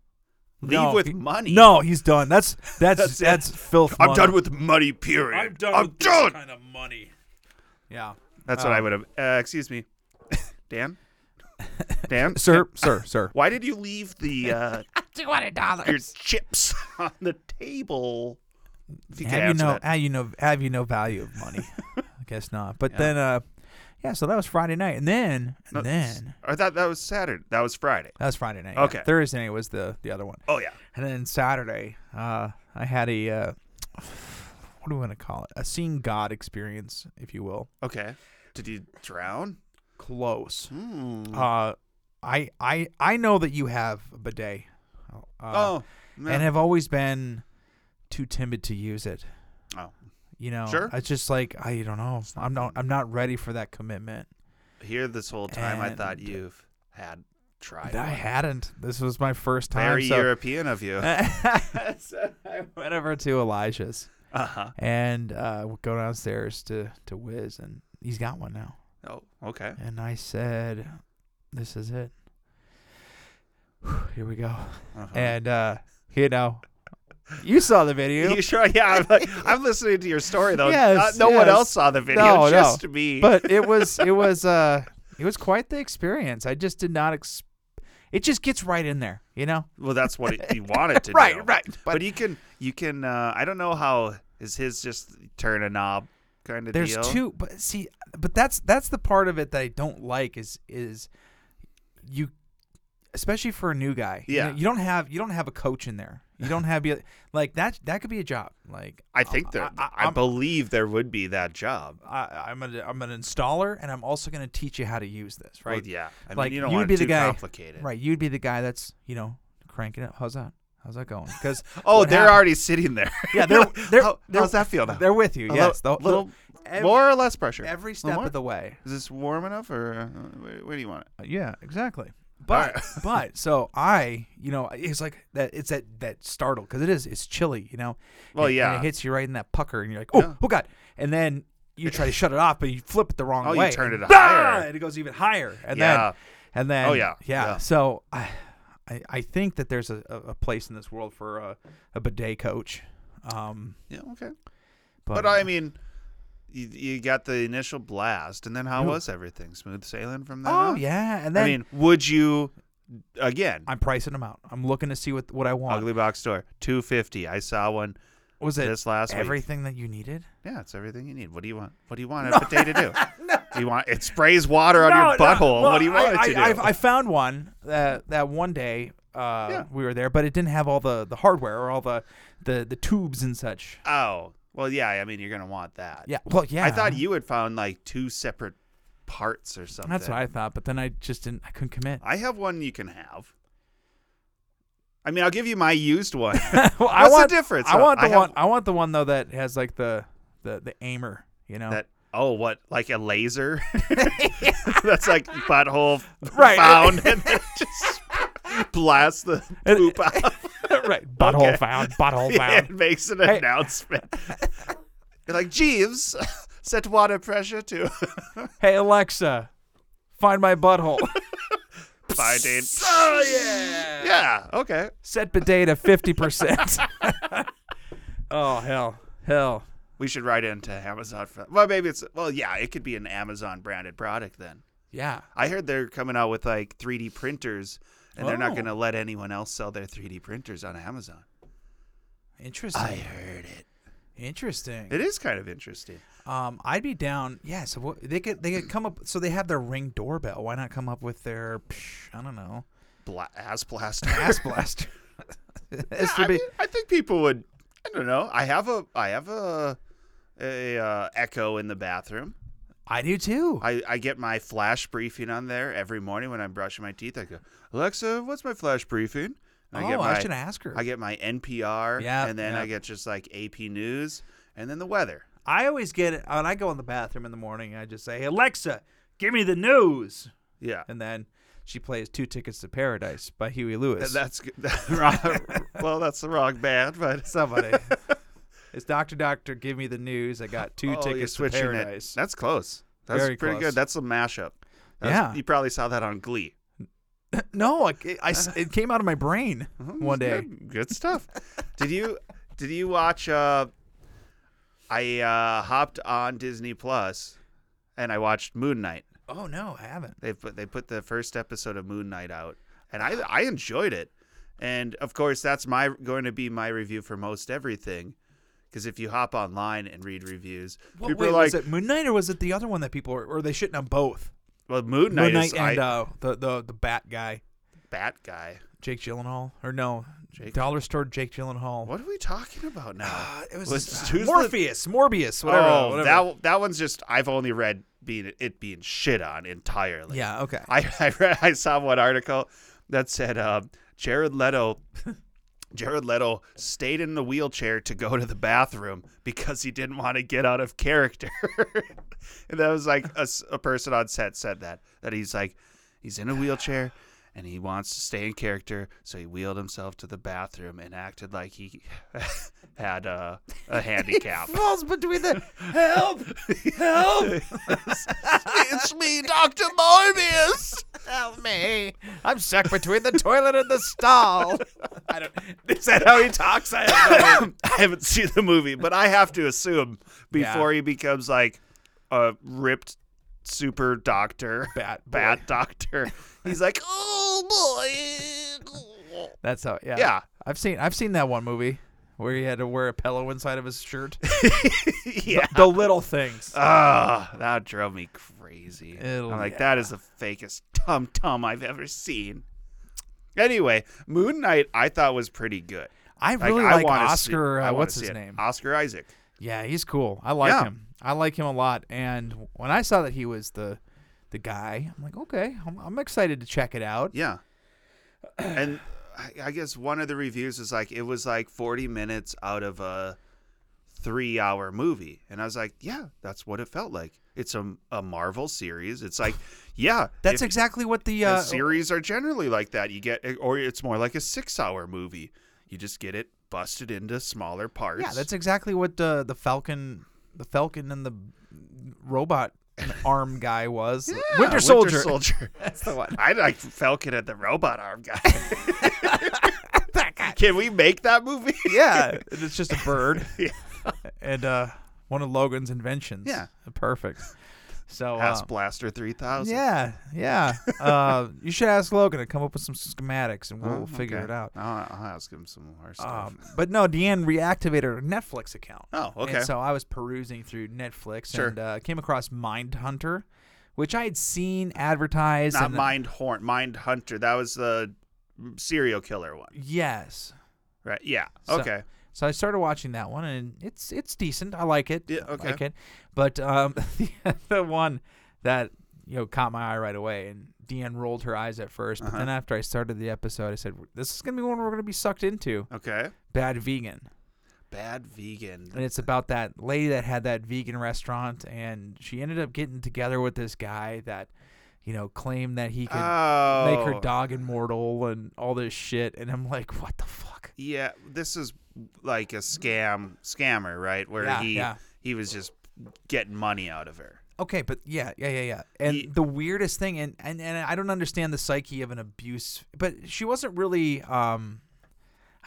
[SPEAKER 10] leave
[SPEAKER 9] No,
[SPEAKER 10] with
[SPEAKER 9] he-
[SPEAKER 10] money.
[SPEAKER 9] No, he's done. That's that's that's,
[SPEAKER 10] it.
[SPEAKER 9] filth.
[SPEAKER 10] I'm
[SPEAKER 9] money.
[SPEAKER 10] done with money. Period. I'm done. I'm done.
[SPEAKER 6] kind of money.
[SPEAKER 9] Yeah.
[SPEAKER 10] That's what I would have. Uh, excuse me, Dan. Dan,
[SPEAKER 9] Sir, sir, sir.
[SPEAKER 10] why did you leave the uh,
[SPEAKER 6] Two hundred
[SPEAKER 10] your
[SPEAKER 6] dollars.
[SPEAKER 10] chips on the table? If you could
[SPEAKER 9] have you
[SPEAKER 10] answer
[SPEAKER 9] no
[SPEAKER 10] that.
[SPEAKER 9] have you no have you no value of money? I guess not. But then uh yeah, so that was Friday night. And then and
[SPEAKER 10] No,
[SPEAKER 9] then
[SPEAKER 10] Or that that was Saturday. That was Friday.
[SPEAKER 9] That was Friday night. yeah.
[SPEAKER 10] Okay.
[SPEAKER 9] Thursday night was the the other one,
[SPEAKER 10] Oh yeah.
[SPEAKER 9] and then Saturday, uh, I had a uh, what do we want to call it? A seeing God experience, if you will.
[SPEAKER 10] Okay. Did you drown? Hmm.
[SPEAKER 9] Close. Uh, I I I know that you have a bidet. Uh,
[SPEAKER 10] oh, no.
[SPEAKER 9] and have always been too timid to use it.
[SPEAKER 10] Oh.
[SPEAKER 9] You know,
[SPEAKER 10] Sure.
[SPEAKER 9] it's just like I don't know. I'm not. I'm not ready for that commitment.
[SPEAKER 10] Here this whole time, I thought
[SPEAKER 9] And-
[SPEAKER 10] you've had tried.
[SPEAKER 9] I,
[SPEAKER 10] one.
[SPEAKER 9] hadn't. This was my first time.
[SPEAKER 10] Very
[SPEAKER 9] so-
[SPEAKER 10] European of you.
[SPEAKER 9] so I went over to Elijah's
[SPEAKER 10] Uh huh.
[SPEAKER 9] and uh, would go downstairs to to Wiz, and he's got one now.
[SPEAKER 10] Oh, okay.
[SPEAKER 9] And I said, "This is it. Here we go."
[SPEAKER 10] Uh-huh.
[SPEAKER 9] And uh, you know, you saw the video.
[SPEAKER 10] You sure? Yeah, I'm, like, I'm listening to your story though.
[SPEAKER 9] Yes,
[SPEAKER 10] Uh, no one
[SPEAKER 9] yes.
[SPEAKER 10] else saw the video,
[SPEAKER 9] No, no.
[SPEAKER 10] just me.
[SPEAKER 9] but it was it was uh it was quite the experience. I just did not ex- it just gets right in there, you know?
[SPEAKER 10] well, that's what he he wanted to
[SPEAKER 9] Right,
[SPEAKER 10] do.
[SPEAKER 9] right,
[SPEAKER 10] But,
[SPEAKER 9] but-
[SPEAKER 10] you can, you can. Uh, I don't know how is his just turn a knob kind of
[SPEAKER 9] There's
[SPEAKER 10] deal.
[SPEAKER 9] two but see but that's that's the part of it that I don't like is is you especially for a new guy. you
[SPEAKER 10] Yeah.
[SPEAKER 9] know, You, don't have you don't have a coach in there. You don't have you like that that could be a job. Like
[SPEAKER 10] I think that
[SPEAKER 9] I,
[SPEAKER 10] I,
[SPEAKER 9] am
[SPEAKER 10] believe there would be that job.
[SPEAKER 9] I, I'm an I'm an installer and I'm also going to teach you how to use this, right?
[SPEAKER 10] Well, yeah, I mean,
[SPEAKER 9] like
[SPEAKER 10] you don't
[SPEAKER 9] would
[SPEAKER 10] want
[SPEAKER 9] be
[SPEAKER 10] it
[SPEAKER 9] the
[SPEAKER 10] too
[SPEAKER 9] guy,
[SPEAKER 10] complicated.
[SPEAKER 9] right? You'd be the guy that's you know cranking it. How's that? How's that going? Because
[SPEAKER 10] Oh, they're already sitting there.
[SPEAKER 9] yeah they're they're,
[SPEAKER 10] How-
[SPEAKER 9] they're
[SPEAKER 10] how's that feel now?
[SPEAKER 9] They're with you.
[SPEAKER 10] A
[SPEAKER 9] yes,
[SPEAKER 10] little,
[SPEAKER 9] the-
[SPEAKER 10] little
[SPEAKER 9] ev-
[SPEAKER 10] more or less pressure.
[SPEAKER 9] every
[SPEAKER 10] Little
[SPEAKER 9] step
[SPEAKER 10] more?
[SPEAKER 9] of the way.
[SPEAKER 10] Is this warm enough, or uh, where, where do you want it?
[SPEAKER 9] Uh, Yeah, exactly. But but so I you know it's like that it's that that startle because it is it's chilly you know.
[SPEAKER 10] Well,
[SPEAKER 9] and,
[SPEAKER 10] yeah.
[SPEAKER 9] and it hits you right in that pucker and you're like oh oh god and then you try to shut it off but you flip it the wrong
[SPEAKER 10] Oh, you
[SPEAKER 9] way.
[SPEAKER 10] turn
[SPEAKER 9] and
[SPEAKER 10] it
[SPEAKER 9] "Ah!"
[SPEAKER 10] higher.
[SPEAKER 9] and it goes even higher and
[SPEAKER 10] Yeah.
[SPEAKER 9] then and then
[SPEAKER 10] Oh, yeah,
[SPEAKER 9] yeah,
[SPEAKER 10] yeah.
[SPEAKER 9] so I, I I think that there's a, a a place in this world for a, a bidet coach. Um,
[SPEAKER 10] Yeah, okay.
[SPEAKER 9] but,
[SPEAKER 10] But I mean, you, you got the initial blast, and then how
[SPEAKER 9] Yeah.
[SPEAKER 10] was everything? Smooth sailing from then
[SPEAKER 9] oh
[SPEAKER 10] on?
[SPEAKER 9] yeah, and then
[SPEAKER 10] I mean, would you again?
[SPEAKER 9] I'm pricing them out. I'm looking to see what what I want.
[SPEAKER 10] Ugly box store, two fifty. I saw one.
[SPEAKER 9] was it
[SPEAKER 10] this last week.
[SPEAKER 9] everything that you needed?
[SPEAKER 10] Yeah, it's everything you need. What do you want? What do you want a potato to do? You want it sprays water on your butthole. what do you want
[SPEAKER 9] I,
[SPEAKER 10] it to
[SPEAKER 9] I,
[SPEAKER 10] do?
[SPEAKER 9] I've- I found one that that one day uh,
[SPEAKER 10] Yeah.
[SPEAKER 9] we were there, but it didn't have all the, the hardware or all the, the, the tubes and such.
[SPEAKER 10] oh, well, yeah. I mean, you're gonna want that.
[SPEAKER 9] Yeah, well, yeah.
[SPEAKER 10] I thought you had found like two separate parts or something.
[SPEAKER 9] That's what I thought, but then I just didn't. I couldn't commit.
[SPEAKER 10] I have one you can have. I mean, I'll give you my used one.
[SPEAKER 9] well, I
[SPEAKER 10] What's the
[SPEAKER 9] want,
[SPEAKER 10] difference?
[SPEAKER 9] I
[SPEAKER 10] Uh,
[SPEAKER 9] want the
[SPEAKER 10] I have-
[SPEAKER 9] one. I want the one though that has like the the, the aimer. You know,
[SPEAKER 10] that oh, what like a laser? That's like butthole
[SPEAKER 9] Right.
[SPEAKER 10] found and then just blast the poop out.
[SPEAKER 9] right? Butthole
[SPEAKER 10] Okay.
[SPEAKER 9] found. Butthole
[SPEAKER 10] and
[SPEAKER 9] found.
[SPEAKER 10] makes an
[SPEAKER 9] Hey.
[SPEAKER 10] announcement. You're like Jeeves, set water pressure to
[SPEAKER 9] Hey Alexa, find my butthole.
[SPEAKER 10] finding. Oh yeah. Yeah. Okay.
[SPEAKER 9] Set bidet to fifty percent. oh hell, hell.
[SPEAKER 10] We should write into Amazon for. Well, maybe it's. Well, yeah, it could be an Amazon branded product then.
[SPEAKER 9] Yeah.
[SPEAKER 10] I heard they're coming out with like 3D printers, and they're not
[SPEAKER 9] Oh.
[SPEAKER 10] going to let anyone else sell their 3D printers on Amazon.
[SPEAKER 9] Interesting.
[SPEAKER 10] heard it.
[SPEAKER 9] Interesting.
[SPEAKER 10] It is kind of interesting.
[SPEAKER 9] Um, I'd be down. Yeah. So what, they could they could come up. So they have their ring doorbell. Why not come up with their? Psh, I don't know.
[SPEAKER 10] Bla- ass blaster.
[SPEAKER 9] Ass blaster. This
[SPEAKER 10] I,
[SPEAKER 9] would be-
[SPEAKER 10] mean, I think people would. I don't know. I have a. I have a. A uh, Echo in the bathroom.
[SPEAKER 9] I do too.
[SPEAKER 10] I, I get my flash briefing on there every morning when I'm brushing my teeth. I go, Alexa, what's my flash briefing? And
[SPEAKER 9] oh,
[SPEAKER 10] get
[SPEAKER 9] I
[SPEAKER 10] my-
[SPEAKER 9] should ask her.
[SPEAKER 10] I get my NPR,
[SPEAKER 9] Yeah,
[SPEAKER 10] and then
[SPEAKER 9] yeah.
[SPEAKER 10] I get just like AP News, and then the weather.
[SPEAKER 9] I always get it when I go in the bathroom in the morning. I just say, "Hey Alexa, give me the news,"
[SPEAKER 10] Yeah,
[SPEAKER 9] and then she plays "Two Tickets to Paradise" by Huey Lewis.
[SPEAKER 10] Th- that's good. Wrong- well, that's the wrong band, but
[SPEAKER 9] somebody. it's Doctor Doctor. Give me the news. I got two
[SPEAKER 10] Oh, you're
[SPEAKER 9] tickets to
[SPEAKER 10] switching it.
[SPEAKER 9] paradise.
[SPEAKER 10] That's close. That's
[SPEAKER 9] Very
[SPEAKER 10] pretty
[SPEAKER 9] close.
[SPEAKER 10] good. That's a mashup. That's-
[SPEAKER 9] Yeah.
[SPEAKER 10] you probably saw that on Glee.
[SPEAKER 9] No, I, I s- it came out of my brain
[SPEAKER 10] Mm-hmm.
[SPEAKER 9] one day.
[SPEAKER 10] Good, good stuff. did you did you watch? Uh, I uh, hopped on Disney Plus, and I watched Moon Knight.
[SPEAKER 9] Oh no, I haven't.
[SPEAKER 10] They put they put the first episode of Moon Knight out, and I I enjoyed it. And of course, that's my going to be my review for most everything, because if you hop online and read reviews,
[SPEAKER 9] What,
[SPEAKER 10] people
[SPEAKER 9] wait,
[SPEAKER 10] are like,
[SPEAKER 9] was it Moon Knight or was it the other one that people are, or are they shitting on both?
[SPEAKER 10] "Well, Moon Knight, uh,
[SPEAKER 9] uh, Moon Knight
[SPEAKER 10] is
[SPEAKER 9] and
[SPEAKER 10] I,
[SPEAKER 9] uh, the the the Bat guy.
[SPEAKER 10] Bat guy."
[SPEAKER 9] Jake Gyllenhaal, or no,
[SPEAKER 10] Jake-
[SPEAKER 9] Dollar Store Jake Gyllenhaal.
[SPEAKER 10] What are we talking about now?
[SPEAKER 9] Uh, it was,
[SPEAKER 10] Was-
[SPEAKER 9] uh,
[SPEAKER 10] who's the-
[SPEAKER 9] Morpheus, Morbius, whatever.
[SPEAKER 10] oh,
[SPEAKER 9] whatever.
[SPEAKER 10] that that one's just I've only read being it being shit on entirely.
[SPEAKER 9] yeah, okay.
[SPEAKER 10] I I, read, I saw one article that said uh, Jared Leto. Jared Leto stayed in the wheelchair to go to the bathroom because he didn't want to get out of character. and that was like a, s- a person on set said that that he's like he's in a wheelchair and he wants to stay in character, so he wheeled himself to the bathroom and acted like he had a, a handicap.
[SPEAKER 9] falls between the help, help.
[SPEAKER 10] it's me, Doctor Morbius.
[SPEAKER 9] Help me! I'm stuck between the toilet and the stall. I don't. Is that how he talks? I don't know.
[SPEAKER 10] I haven't seen the movie, but I have to assume before he becomes like a ripped super doctor,
[SPEAKER 9] Bat boy.
[SPEAKER 10] bat doctor, he's like, oh boy.
[SPEAKER 9] That's how. Yeah.
[SPEAKER 10] Yeah.
[SPEAKER 9] I've seen. I've seen that one movie where he had to wear a pillow inside of his shirt.
[SPEAKER 10] yeah.
[SPEAKER 9] the little things.
[SPEAKER 10] Ah, that drove me crazy.
[SPEAKER 9] Ew,
[SPEAKER 10] I'm like, that is the fakest tum tum I've ever seen. Anyway, Moon Knight I thought was pretty good.
[SPEAKER 9] I
[SPEAKER 10] Like,
[SPEAKER 9] really
[SPEAKER 10] I
[SPEAKER 9] like,
[SPEAKER 10] wanna see-
[SPEAKER 9] Oscar.
[SPEAKER 10] I
[SPEAKER 9] uh,
[SPEAKER 10] wanna
[SPEAKER 9] what's
[SPEAKER 10] see
[SPEAKER 9] his
[SPEAKER 10] it.
[SPEAKER 9] name?
[SPEAKER 10] Oscar Isaac.
[SPEAKER 9] Yeah, he's cool. I like
[SPEAKER 10] Yeah.
[SPEAKER 9] him. I like him a lot. And when I saw that he was the the guy, I'm like, okay, I'm, I'm excited to check it out.
[SPEAKER 10] Yeah. and I, I guess one of the reviews was like it was like 40 minutes out of a 3-hour movie. And I was like, yeah, that's what it felt like. It's a, a Marvel series. It's like, yeah,
[SPEAKER 9] That's
[SPEAKER 10] if-
[SPEAKER 9] exactly what the,
[SPEAKER 10] the
[SPEAKER 9] uh,
[SPEAKER 10] series are generally like that. You get eh, or it's more like a 6-hour movie. You just get it busted into smaller parts.
[SPEAKER 9] yeah, that's exactly what the the Falcon, the Falcon and the robot arm guy was. Winter Soldier.
[SPEAKER 10] That's the one. I like Falcon and the Robot Arm guy. Can we make that movie?
[SPEAKER 9] Yeah, and it's just a bird. And uh, one of Logan's inventions.
[SPEAKER 10] Yeah.
[SPEAKER 9] perfect. So
[SPEAKER 10] House
[SPEAKER 9] um,
[SPEAKER 10] Blaster 3000.
[SPEAKER 9] Yeah, yeah. uh, you should ask Logan to come up with some schematics, and we'll
[SPEAKER 10] Oh,
[SPEAKER 9] figure
[SPEAKER 10] okay.
[SPEAKER 9] it out.
[SPEAKER 10] I'll, I'll ask him some more stuff.
[SPEAKER 9] Um, but no, Deanne reactivated her Netflix account.
[SPEAKER 10] Oh, okay.
[SPEAKER 9] And so I was perusing through Netflix
[SPEAKER 10] Sure.
[SPEAKER 9] and uh, came across Mindhunter, which I had seen advertised.
[SPEAKER 10] Not
[SPEAKER 9] and-
[SPEAKER 10] Mind Horn, Mind Hunter. That was the serial killer one,
[SPEAKER 9] Yes.
[SPEAKER 10] right? Yeah.
[SPEAKER 9] So-
[SPEAKER 10] okay.
[SPEAKER 9] So I started watching that one, and it's it's decent. I like it.
[SPEAKER 10] Yeah,
[SPEAKER 9] I
[SPEAKER 10] okay.
[SPEAKER 9] like it. But um, the, the one that you know caught my eye right away, and Deanne rolled her eyes at first, but
[SPEAKER 10] Uh-huh.
[SPEAKER 9] then after I started the episode, I said, "This is gonna be one we're gonna be sucked into."
[SPEAKER 10] Okay.
[SPEAKER 9] Bad vegan.
[SPEAKER 10] Bad vegan.
[SPEAKER 9] and it's about that lady that had that vegan restaurant and she ended up getting together with this guy that you know claimed that he could make her
[SPEAKER 10] Oh.
[SPEAKER 9] dog immortal and all this shit and i'm like what the fuck
[SPEAKER 10] Yeah, this is like a scam, scammer, right? Where
[SPEAKER 9] Yeah,
[SPEAKER 10] he
[SPEAKER 9] yeah.
[SPEAKER 10] he was just getting money out of her.
[SPEAKER 9] okay but yeah yeah yeah yeah and
[SPEAKER 10] Ye-
[SPEAKER 9] the weirdest thing and, and and i don't understand the psyche of an abuse but she wasn't really um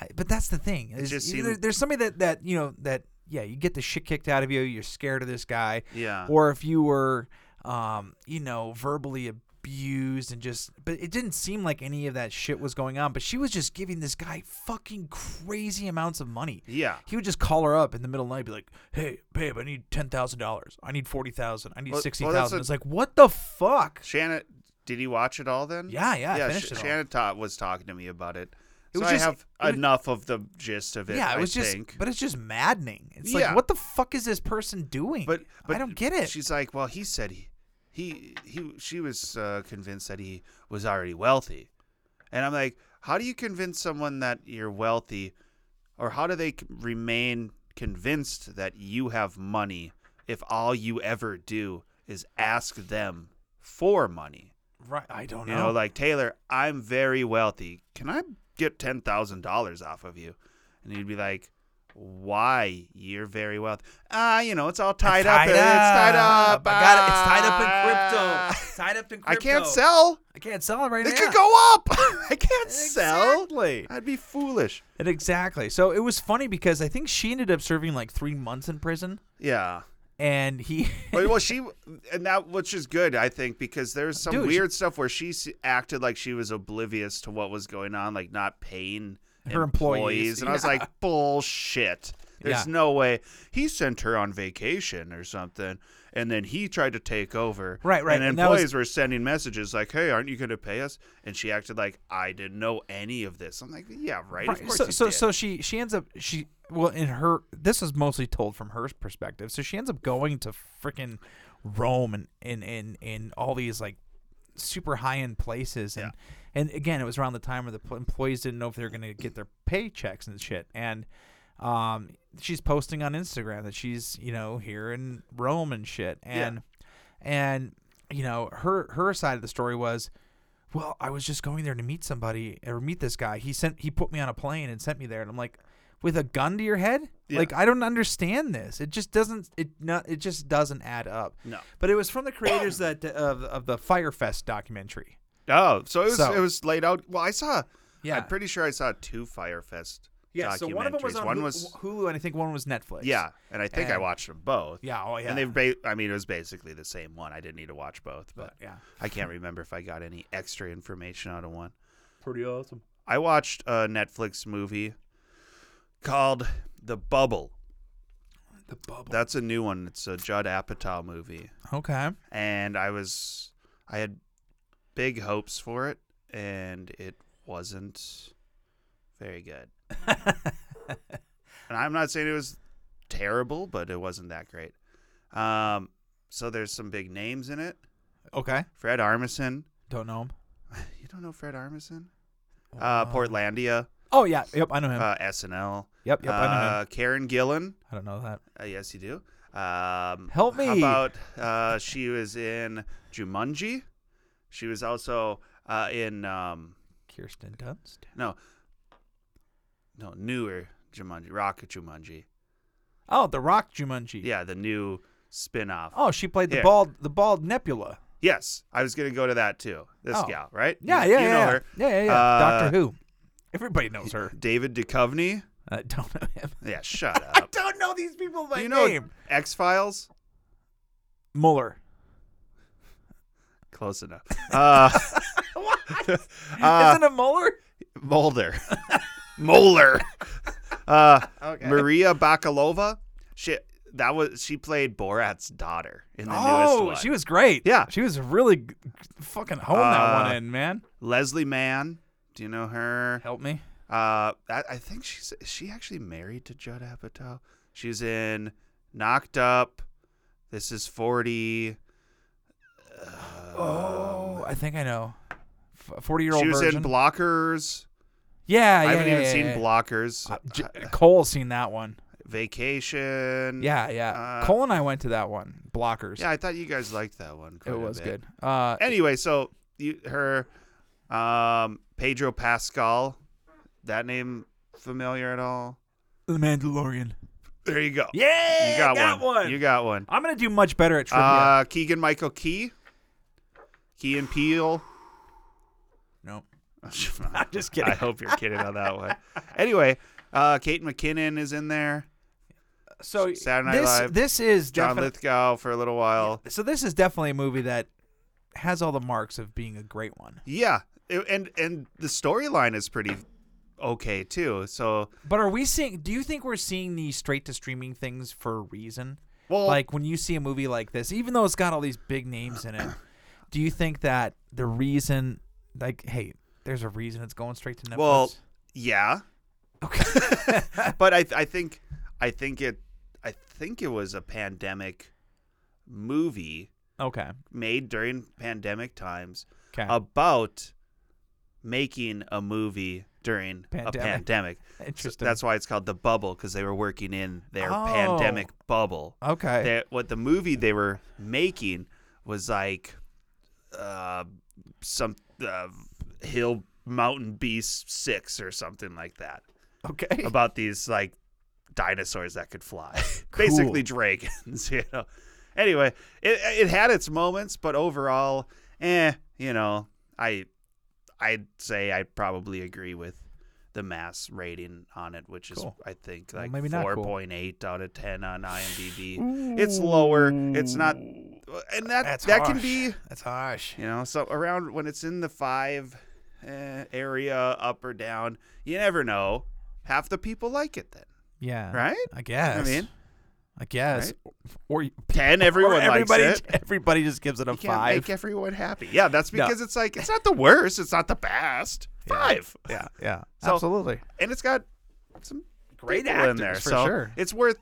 [SPEAKER 9] I, but that's the thing There's-
[SPEAKER 10] just
[SPEAKER 9] you know, there-
[SPEAKER 10] seemed-
[SPEAKER 9] there's somebody that that you know that yeah you get the shit kicked out of you you're scared of this guy
[SPEAKER 10] Yeah.
[SPEAKER 9] or if you were um you know verbally abused and just but it didn't seem like any of that shit was going on but she was just giving this guy fucking crazy amounts of money
[SPEAKER 10] Yeah.
[SPEAKER 9] he would just call her up in the middle of the night and be like hey babe i need $10000 i need 40000 i need
[SPEAKER 10] Well- well, that's
[SPEAKER 9] 60000
[SPEAKER 10] a-
[SPEAKER 9] it's like what the fuck
[SPEAKER 10] Shannon, did he watch it all then?
[SPEAKER 9] Yeah, yeah, I
[SPEAKER 10] yeah.
[SPEAKER 9] finished it all.
[SPEAKER 10] Shannon Ta- was talking to me about it.
[SPEAKER 9] It
[SPEAKER 10] so
[SPEAKER 9] was just-
[SPEAKER 10] I have
[SPEAKER 9] it was-
[SPEAKER 10] enough of the gist of it.
[SPEAKER 9] yeah it was
[SPEAKER 10] I
[SPEAKER 9] just
[SPEAKER 10] think.
[SPEAKER 9] but it's just maddening it's like
[SPEAKER 10] Yeah.
[SPEAKER 9] what the fuck is this person doing
[SPEAKER 10] But, but
[SPEAKER 9] i don't get it
[SPEAKER 10] She's like, well, he said he, he, he she was uh, convinced that he was already wealthy, and I'm like, how do you convince someone that you're wealthy, or how do they c- remain convinced that you have money if all you ever do is ask them for money?
[SPEAKER 9] right i don't
[SPEAKER 10] You know, like Taylor, I'm very wealthy. Can I get ten thousand dollars off of you? And he'd be like, Why? You're very wealthy. Ah, you know, it's all tied, up.
[SPEAKER 9] tied
[SPEAKER 10] It's tied
[SPEAKER 9] up.
[SPEAKER 10] up.
[SPEAKER 9] I got it. It's tied up in
[SPEAKER 10] Ah."
[SPEAKER 9] crypto. It's tied up in
[SPEAKER 10] I
[SPEAKER 9] crypto.
[SPEAKER 10] can't sell.
[SPEAKER 9] I can't sell it right
[SPEAKER 10] It
[SPEAKER 9] now.
[SPEAKER 10] could go up. I can't sell.
[SPEAKER 9] Exactly.
[SPEAKER 10] I'd be foolish.
[SPEAKER 9] And exactly. So it was funny because I think she ended up serving like three months in prison,
[SPEAKER 10] Yeah.
[SPEAKER 9] and he.
[SPEAKER 10] But, well, she and that which is good, I think, because there's some
[SPEAKER 9] Dude, she-
[SPEAKER 10] weird stuff where she s- acted like she was oblivious to what was going on, like not paying
[SPEAKER 9] Her employees,
[SPEAKER 10] and I was
[SPEAKER 9] yeah.
[SPEAKER 10] like, bullshit. There's
[SPEAKER 9] Yeah.
[SPEAKER 10] no way he sent her on vacation or something, and then he tried to take over.
[SPEAKER 9] Right, right,
[SPEAKER 10] And
[SPEAKER 9] and that was-
[SPEAKER 10] employees were sending messages like, "Hey, aren't you going to pay us?" And she acted like I didn't know any of this. I'm like, "Yeah, right. Of
[SPEAKER 9] Right.
[SPEAKER 10] course
[SPEAKER 9] so
[SPEAKER 10] you
[SPEAKER 9] so,
[SPEAKER 10] did."
[SPEAKER 9] so she she ends up she well in her this is mostly told from her perspective so she ends up going to freaking rome and and and, and all these like super high end places and and again it was around the time where the pl- employees didn't know if they were going to get their paychecks and shit and um she's posting on instagram that she's you know here in rome and shit and and you know her her side of the story was well, I was just going there to meet somebody or meet this guy. He sent he put me on a plane and sent me there, and I'm like, with a gun to your head? Like I don't understand this. It just doesn't it not it just doesn't add up.
[SPEAKER 10] No.
[SPEAKER 9] But it was from the creators that of of the Firefest documentary.
[SPEAKER 10] Oh, so it was
[SPEAKER 9] So-
[SPEAKER 10] it was laid out. Well, I saw.
[SPEAKER 9] Yeah.
[SPEAKER 10] I'm pretty sure I saw two Firefest.
[SPEAKER 9] Yeah,
[SPEAKER 10] documentaries.
[SPEAKER 9] so one of them was on
[SPEAKER 10] one
[SPEAKER 9] Hulu,
[SPEAKER 10] was
[SPEAKER 9] Hulu, and I think one was Netflix.
[SPEAKER 10] yeah, and I think I
[SPEAKER 9] And-
[SPEAKER 10] watched them both.
[SPEAKER 9] Yeah, oh yeah.
[SPEAKER 10] And they've, ba- I mean, it was basically the same one. I didn't need to watch both, but,
[SPEAKER 9] But, yeah.
[SPEAKER 10] I can't remember if I got any extra information out of one. Pretty awesome. I watched a Netflix movie called The Bubble.
[SPEAKER 9] the bubble.
[SPEAKER 10] That's a new one. It's a Judd Apatow movie,
[SPEAKER 9] okay.
[SPEAKER 10] and I was, I had big hopes for it, and it wasn't very good. and I'm not saying it was terrible, but it wasn't that great. Um, so there's some big names in it.
[SPEAKER 9] Okay.
[SPEAKER 10] Fred Armisen.
[SPEAKER 9] Don't know him.
[SPEAKER 10] Uh, You don't know Fred Armisen? Uh, Portlandia,
[SPEAKER 9] Oh yeah. Yep, I know him.
[SPEAKER 10] uh, SNL.
[SPEAKER 9] Yep, yep,
[SPEAKER 10] uh,
[SPEAKER 9] I know him.
[SPEAKER 10] Karen Gillan.
[SPEAKER 9] I don't know that.
[SPEAKER 10] Uh, yes, you do. Um,
[SPEAKER 9] Help
[SPEAKER 10] How
[SPEAKER 9] me.
[SPEAKER 10] about uh, she was in Jumanji? She was also uh, in um,
[SPEAKER 9] Kirsten Dunst.
[SPEAKER 10] no, no newer Jumanji, Rocket Jumanji.
[SPEAKER 9] Oh, The Rock Jumanji.
[SPEAKER 10] Yeah, the new spin-off.
[SPEAKER 9] Oh, she played the
[SPEAKER 10] Yeah.
[SPEAKER 9] bald the bald Nebula.
[SPEAKER 10] Yes, I was gonna go to that too. This
[SPEAKER 9] Oh.
[SPEAKER 10] gal, right?
[SPEAKER 9] Yeah,
[SPEAKER 10] you,
[SPEAKER 9] yeah,
[SPEAKER 10] you
[SPEAKER 9] yeah,
[SPEAKER 10] know
[SPEAKER 9] yeah.
[SPEAKER 10] her.
[SPEAKER 9] yeah, yeah, yeah.
[SPEAKER 10] Uh,
[SPEAKER 9] Doctor Who. Everybody knows her.
[SPEAKER 10] David Duchovny.
[SPEAKER 9] I don't know him.
[SPEAKER 10] Yeah, shut up.
[SPEAKER 9] don't know these people by
[SPEAKER 10] you know X Files.
[SPEAKER 9] Mueller.
[SPEAKER 10] Close enough. Uh,
[SPEAKER 9] Isn't it Mueller?
[SPEAKER 10] Mulder. Molar. Uh, Maria Bakalova. She that was she played Borat's daughter in the newest
[SPEAKER 9] Oh,
[SPEAKER 10] one.
[SPEAKER 9] she was great.
[SPEAKER 10] Yeah.
[SPEAKER 9] she was really g- fucking home that
[SPEAKER 10] Uh,
[SPEAKER 9] one in, man.
[SPEAKER 10] Leslie Mann. Do you know her?
[SPEAKER 9] Help me.
[SPEAKER 10] Uh, I, I think she's is she actually married to Judd Apatow. She's in Knocked Up. This is forty.
[SPEAKER 9] Oh, I think I know. Forty-year-old
[SPEAKER 10] She was
[SPEAKER 9] version. Ah,
[SPEAKER 10] in Blockers.
[SPEAKER 9] yeah, yeah,
[SPEAKER 10] I haven't
[SPEAKER 9] yeah,
[SPEAKER 10] even
[SPEAKER 9] yeah,
[SPEAKER 10] seen
[SPEAKER 9] yeah.
[SPEAKER 10] Blockers.
[SPEAKER 9] Uh, J- Cole's seen that one.
[SPEAKER 10] Vacation.
[SPEAKER 9] Yeah, yeah.
[SPEAKER 10] Uh,
[SPEAKER 9] Cole and I went to that one. Blockers.
[SPEAKER 10] Yeah, I thought you guys liked that one. quite
[SPEAKER 9] it
[SPEAKER 10] a
[SPEAKER 9] was
[SPEAKER 10] bit.
[SPEAKER 9] good. Uh,
[SPEAKER 10] anyway, so you her um Pedro Pascal, that name familiar at all?
[SPEAKER 9] The Mandalorian.
[SPEAKER 10] There you go.
[SPEAKER 9] Yeah,
[SPEAKER 10] you got,
[SPEAKER 9] got
[SPEAKER 10] one.
[SPEAKER 9] one.
[SPEAKER 10] You got one.
[SPEAKER 9] I'm gonna do much better at trivia.
[SPEAKER 10] Uh Keegan Michael Key. Key and Peele.
[SPEAKER 9] no.
[SPEAKER 10] I'm
[SPEAKER 9] just kidding.
[SPEAKER 10] I hope you're kidding on that one. Anyway, uh Kate McKinnon is in there.
[SPEAKER 9] So
[SPEAKER 10] Saturday Night
[SPEAKER 9] this,
[SPEAKER 10] Live,
[SPEAKER 9] This is
[SPEAKER 10] John
[SPEAKER 9] definitely.
[SPEAKER 10] Lithgow for a little while.
[SPEAKER 9] So this is definitely a movie that has all the marks of being a great one.
[SPEAKER 10] Yeah. It- and and the storyline is pretty okay too. So
[SPEAKER 9] But are we seeing? Do you think we're seeing these straight to streaming things for a reason?
[SPEAKER 10] Well-
[SPEAKER 9] like when you see a movie like this, even though it's got all these big names in it, do you think that the reason, like, hey, there's a reason it's going straight to Netflix?
[SPEAKER 10] well, yeah.
[SPEAKER 9] okay.
[SPEAKER 10] but I, I think I think it I think it was a pandemic movie
[SPEAKER 9] okay.
[SPEAKER 10] made during pandemic times
[SPEAKER 9] Okay.
[SPEAKER 10] about making a movie during a
[SPEAKER 9] Pandemic.
[SPEAKER 10] pandemic. So
[SPEAKER 9] Interesting.
[SPEAKER 10] that's why it's called the bubble because they were working in their
[SPEAKER 9] Oh.
[SPEAKER 10] pandemic bubble.
[SPEAKER 9] Okay.
[SPEAKER 10] That- what the movie they were making was like uh, some uh, hill mountain beast six or something like that
[SPEAKER 9] okay.
[SPEAKER 10] about these like dinosaurs that could fly, basically dragons. You know. Anyway, it it had its moments, but overall, eh, you know, I I'd say I probably agree with the mass rating on it, which
[SPEAKER 9] Cool.
[SPEAKER 10] is I think
[SPEAKER 9] Well,
[SPEAKER 10] like
[SPEAKER 9] maybe not
[SPEAKER 10] four
[SPEAKER 9] cool.
[SPEAKER 10] point eight out of ten on IMDb. It's lower. It's not, and that
[SPEAKER 9] That's
[SPEAKER 10] that can
[SPEAKER 9] harsh.
[SPEAKER 10] be
[SPEAKER 9] That's harsh.
[SPEAKER 10] you know, so around when it's in the five eh, area, up or down, you never know. Half the people like it then.
[SPEAKER 9] Yeah.
[SPEAKER 10] Right?
[SPEAKER 9] I guess.
[SPEAKER 10] I mean,
[SPEAKER 9] I guess. Or, you-
[SPEAKER 10] ten. Everyone
[SPEAKER 9] or everybody,
[SPEAKER 10] likes it.
[SPEAKER 9] Everybody just gives it a
[SPEAKER 10] You can't
[SPEAKER 9] five.
[SPEAKER 10] make everyone happy. Yeah, that's
[SPEAKER 9] No.
[SPEAKER 10] because it's like it's not the worst. It's not the best. Five.
[SPEAKER 9] yeah. Yeah.
[SPEAKER 10] So-
[SPEAKER 9] absolutely.
[SPEAKER 10] and it's got some great people in
[SPEAKER 9] actors,
[SPEAKER 10] there.
[SPEAKER 9] for
[SPEAKER 10] so
[SPEAKER 9] sure.
[SPEAKER 10] it's worth.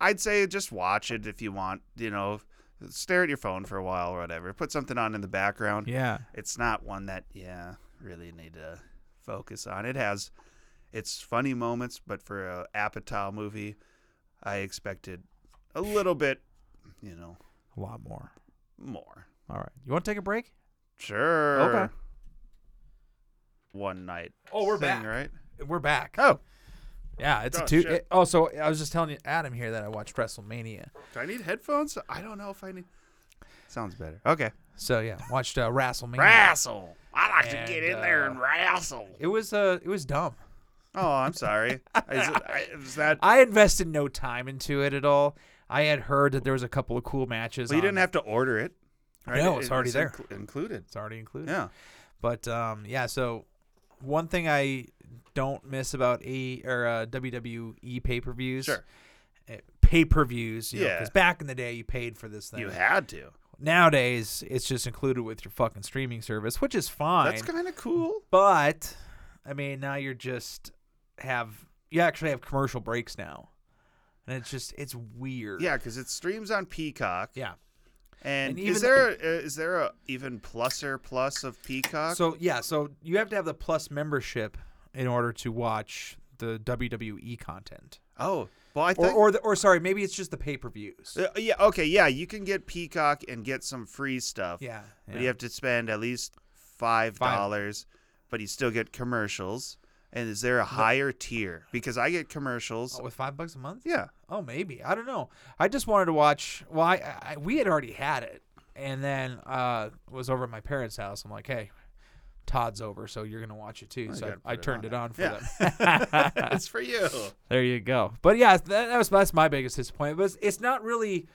[SPEAKER 10] I'd say just watch it if you want. You know, stare at your phone for a while or whatever. Put something on in the background.
[SPEAKER 9] Yeah.
[SPEAKER 10] It's not one that yeah really need to focus on. It has its funny moments, but for a Apatow movie, I expected a little bit, you know,
[SPEAKER 9] A lot more.
[SPEAKER 10] more.
[SPEAKER 9] All right. You want to take a break?
[SPEAKER 10] Sure. One night.
[SPEAKER 9] Oh, we're
[SPEAKER 10] thing,
[SPEAKER 9] back.
[SPEAKER 10] right?
[SPEAKER 9] We're back.
[SPEAKER 10] Oh,
[SPEAKER 9] Yeah, it's
[SPEAKER 10] Oh,
[SPEAKER 9] a two.
[SPEAKER 10] shit.
[SPEAKER 9] It, oh, so I was just telling you, Adam here, that I watched WrestleMania.
[SPEAKER 10] do I need headphones? I don't know if I need. Sounds better. Okay.
[SPEAKER 9] So yeah, watched uh, WrestleMania.
[SPEAKER 10] Wrestle. I like
[SPEAKER 9] And,
[SPEAKER 10] to get in there and wrestle.
[SPEAKER 9] It was uh, it was dumb.
[SPEAKER 10] Oh, I'm sorry. Is, it- I- is that?
[SPEAKER 9] I invested no time into it at all. I had heard that there was a couple of cool matches.
[SPEAKER 10] Well, you
[SPEAKER 9] on-
[SPEAKER 10] didn't have to order it. Right?
[SPEAKER 9] No, it's already there.
[SPEAKER 10] inclu- included.
[SPEAKER 9] It's already included.
[SPEAKER 10] Yeah.
[SPEAKER 9] But um, yeah. So one thing I don't miss about a or uh, WWE pay per views.
[SPEAKER 10] Sure.
[SPEAKER 9] Pay per views.
[SPEAKER 10] Yeah.
[SPEAKER 9] Because back in the day, you paid for this thing.
[SPEAKER 10] You had to.
[SPEAKER 9] Nowadays, it's just included with your fucking streaming service, which is fine.
[SPEAKER 10] That's kind of cool.
[SPEAKER 9] But I mean, now you're just have you actually have commercial breaks now, and it's just it's weird.
[SPEAKER 10] Yeah, because it streams on Peacock.
[SPEAKER 9] yeah.
[SPEAKER 10] And,
[SPEAKER 9] And
[SPEAKER 10] is
[SPEAKER 9] even-
[SPEAKER 10] there a, is there a even pluser plus of Peacock?
[SPEAKER 9] So yeah, so you have to have the plus membership in order to watch the WWE content,
[SPEAKER 10] oh, well, I
[SPEAKER 9] or
[SPEAKER 10] think.
[SPEAKER 9] or, the, or sorry, maybe it's just the pay per views.
[SPEAKER 10] Uh, yeah. Okay. Yeah, you can get Peacock and get some free stuff.
[SPEAKER 9] Yeah,
[SPEAKER 10] But
[SPEAKER 9] yeah.
[SPEAKER 10] you have to spend at least five dollars, but you still get commercials. And is there a higher tier? Because I get commercials.
[SPEAKER 9] Oh, with five bucks a month?
[SPEAKER 10] Yeah.
[SPEAKER 9] Oh, maybe I don't know. I just wanted to watch. Well, I, I we had already had it, and then uh was over at my parents' house. I'm like, hey, Todd's over, so you're gonna watch it too. so
[SPEAKER 10] gotta
[SPEAKER 9] I, I
[SPEAKER 10] put it
[SPEAKER 9] turned
[SPEAKER 10] on.
[SPEAKER 9] it on for
[SPEAKER 10] Yeah.
[SPEAKER 9] them.
[SPEAKER 10] it's for you.
[SPEAKER 9] There you go. But yeah, that, that was that's my biggest disappointment. But it's, it's not really,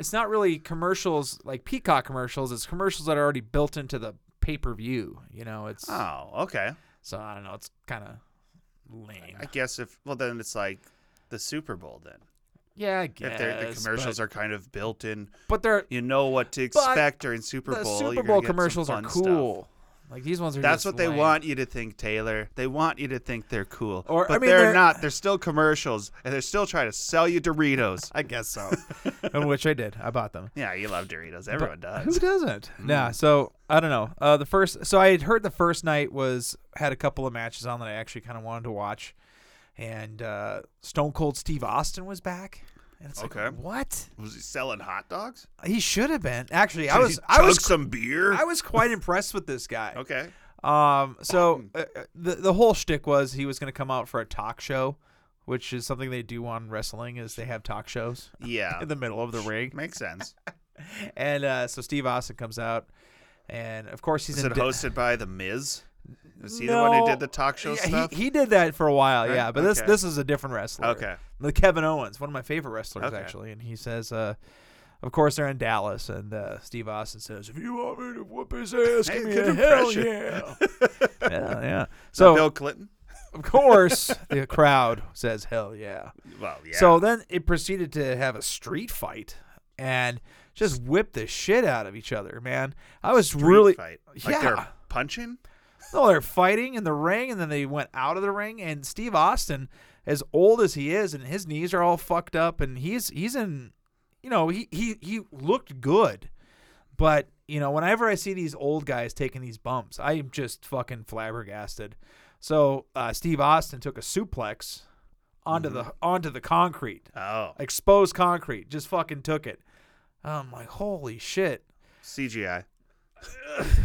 [SPEAKER 9] it's not really commercials like Peacock commercials. It's commercials that are already built into the pay per view. You know, it's
[SPEAKER 10] Oh, okay.
[SPEAKER 9] so I don't know. It's kind of lame.
[SPEAKER 10] I guess if well, then it's like the Super Bowl. Then
[SPEAKER 9] yeah, I
[SPEAKER 10] if
[SPEAKER 9] guess.
[SPEAKER 10] they're the commercials
[SPEAKER 9] but,
[SPEAKER 10] are kind of built in,
[SPEAKER 9] but they're
[SPEAKER 10] you know what to expect during Super
[SPEAKER 9] the
[SPEAKER 10] Bowl.
[SPEAKER 9] Super
[SPEAKER 10] you're gonna
[SPEAKER 9] Bowl
[SPEAKER 10] get some
[SPEAKER 9] commercials are
[SPEAKER 10] fun stuff.
[SPEAKER 9] cool. Like these ones are.
[SPEAKER 10] That's
[SPEAKER 9] just
[SPEAKER 10] what they
[SPEAKER 9] lame.
[SPEAKER 10] want you to think, Taylor. They want you to think they're cool,
[SPEAKER 9] Or, I
[SPEAKER 10] but
[SPEAKER 9] mean,
[SPEAKER 10] they're,
[SPEAKER 9] they're-
[SPEAKER 10] not. They're still commercials, and they're still trying to sell you Doritos.
[SPEAKER 9] I guess so. and which I did. I bought them.
[SPEAKER 10] yeah, you love Doritos. Everyone
[SPEAKER 9] Who
[SPEAKER 10] does.
[SPEAKER 9] doesn't?
[SPEAKER 10] Hmm.
[SPEAKER 9] Nah. So I don't know. Uh, the first, so I had heard the first night was had a couple of matches on that I actually kind of wanted to watch, and uh, Stone Cold Steve Austin was back. And it's
[SPEAKER 10] Okay.
[SPEAKER 9] like, what?
[SPEAKER 10] Was he selling hot dogs?
[SPEAKER 9] He should have been. Actually, I
[SPEAKER 10] Did
[SPEAKER 9] was,
[SPEAKER 10] he
[SPEAKER 9] I
[SPEAKER 10] chug
[SPEAKER 9] was,
[SPEAKER 10] some beer.
[SPEAKER 9] I was quite impressed with this guy.
[SPEAKER 10] okay.
[SPEAKER 9] Um, so uh, uh, the the whole shtick was he was going to come out for a talk show, which is something they do on wrestling is they have talk shows
[SPEAKER 10] Yeah,
[SPEAKER 9] in the middle of the ring.
[SPEAKER 10] makes sense.
[SPEAKER 9] And uh, so Steve Austin comes out, and of course he's
[SPEAKER 10] Is
[SPEAKER 9] in
[SPEAKER 10] it
[SPEAKER 9] de-
[SPEAKER 10] hosted by the Miz? Is he the one who
[SPEAKER 9] No.
[SPEAKER 10] did the talk show
[SPEAKER 9] Yeah,
[SPEAKER 10] stuff?
[SPEAKER 9] He, he did that for a while,
[SPEAKER 10] Right?
[SPEAKER 9] yeah. But this
[SPEAKER 10] Okay.
[SPEAKER 9] this is a different wrestler.
[SPEAKER 10] Okay.
[SPEAKER 9] the Kevin Owens, one of my favorite wrestlers
[SPEAKER 10] Okay.
[SPEAKER 9] actually, and he says, uh, "Of course they're in Dallas," and uh, Steve Austin says, "If you want me to whoop his ass,
[SPEAKER 10] Hey,
[SPEAKER 9] give me
[SPEAKER 10] good
[SPEAKER 9] a hell
[SPEAKER 10] impression.
[SPEAKER 9] yeah." yeah, yeah.
[SPEAKER 10] So
[SPEAKER 9] So
[SPEAKER 10] Bill Clinton.
[SPEAKER 9] of course the crowd says, "Hell yeah."
[SPEAKER 10] Well, yeah.
[SPEAKER 9] So then it proceeded to have a street fight and just whip the shit out of each other, man. I was really
[SPEAKER 10] fight. Like
[SPEAKER 9] yeah.
[SPEAKER 10] they're punching.
[SPEAKER 9] No, they're fighting in the ring, and then they went out of the ring. And Steve Austin, as old as he is, and his knees are all fucked up, and he's he's in, you know, he he he looked good, but you know, whenever I see these old guys taking these bumps, I'm just fucking flabbergasted. So uh, Steve Austin took a suplex onto the onto the concrete,
[SPEAKER 10] Oh,
[SPEAKER 9] exposed concrete, just fucking took it. I'm like, holy shit.
[SPEAKER 10] CGI.